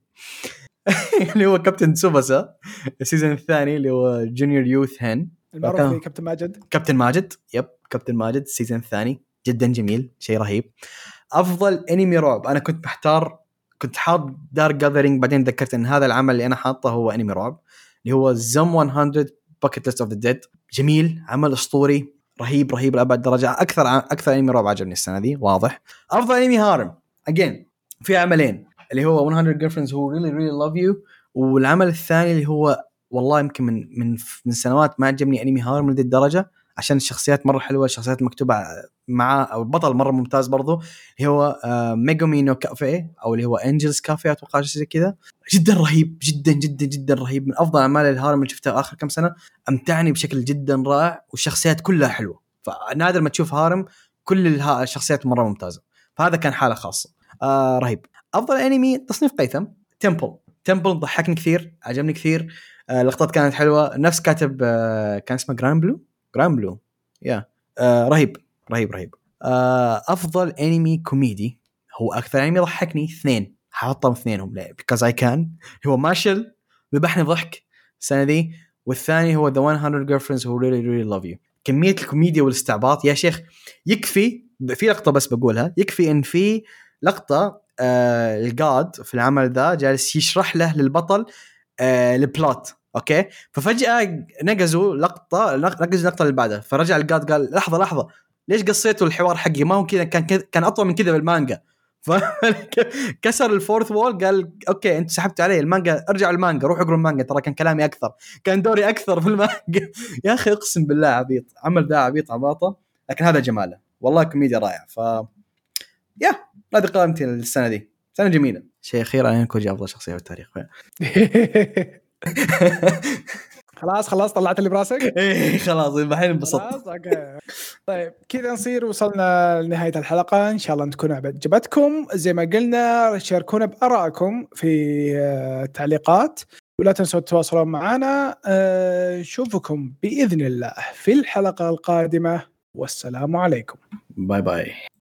Speaker 2: اللي هو كابتن تسوباسا السيزون الثاني اللي هو جونيور يوث هن
Speaker 1: المعروف في كابتن ماجد
Speaker 2: كابتن ماجد يب كابتن ماجد السيزون الثاني جدا جميل شيء رهيب افضل انمي رعب انا كنت محتار كنت حاط دار جاذرينج بعدين ذكرت ان هذا العمل اللي انا حاطه هو انمي رعب اللي هو زم 100 باكيت ليست اوف ذا ديد جميل عمل اسطوري رهيب رهيب لابعد درجه اكثر اكثر انمي رعب عجبني السنه دي واضح افضل انمي هارم اجين في عملين اللي هو 100 girlfriends who really really love you والعمل الثاني اللي هو والله يمكن من من من سنوات ما عجبني انمي هارم لذي الدرجه عشان الشخصيات مره حلوه الشخصيات مكتوبه مع او البطل مره ممتاز برضو اللي هو آه، ميجومي نو كافيه او اللي هو انجلز كافيه اتوقع شيء زي كذا جدا رهيب جدا جدا جدا رهيب من افضل اعمال الهارم اللي شفتها اخر كم سنه امتعني بشكل جدا رائع والشخصيات كلها حلوه فنادر ما تشوف هارم كل الشخصيات مره ممتازه فهذا كان حاله خاصه آه رهيب افضل انمي تصنيف قيثم تمبل تمبل ضحكني كثير عجبني كثير آه لقطات كانت حلوه نفس كاتب آه كان اسمه جران بلو جران بلو يا آه رهيب رهيب رهيب آه افضل انمي كوميدي هو اكثر انمي ضحكني اثنين حاطهم اثنينهم بيكوز اي كان هو ماشل ذبحني ضحك السنه دي والثاني هو ذا 100 جيرل فريندز هو ريلي ريلي لاف يو كميه الكوميديا والاستعباط يا شيخ يكفي في لقطه بس بقولها يكفي ان في لقطه آه الجاد في العمل ذا جالس يشرح له للبطل آه البلوت اوكي ففجاه نقزوا لقطه نقزوا اللقطه اللي بعدها فرجع الجاد قال لحظه لحظه ليش قصيتوا الحوار حقي ما هو كذا كان كذا كان اطول من كذا بالمانجا كسر الفورث وول قال اوكي انتم سحبتوا علي المانجا ارجعوا المانجا روحوا اقروا المانجا ترى كان كلامي اكثر كان دوري اكثر في المانجا يا اخي اقسم بالله عبيط عمل ذا عبيط عباطه لكن هذا جماله والله كوميديا رائع ف يا هذه قائمتي السنه دي سنه جميله شيء اخيرا انا كوجي افضل شخصيه في التاريخ
Speaker 1: خلاص خلاص طلعت اللي براسك؟
Speaker 2: ايه خلاص الحين انبسطت
Speaker 1: خلاص اوكي طيب كذا نصير وصلنا لنهايه الحلقه ان شاء الله تكون عجبتكم زي ما قلنا شاركونا بارائكم في آه، التعليقات ولا تنسوا تتواصلون معنا آه، نشوفكم باذن الله في الحلقه القادمه والسلام عليكم
Speaker 2: باي باي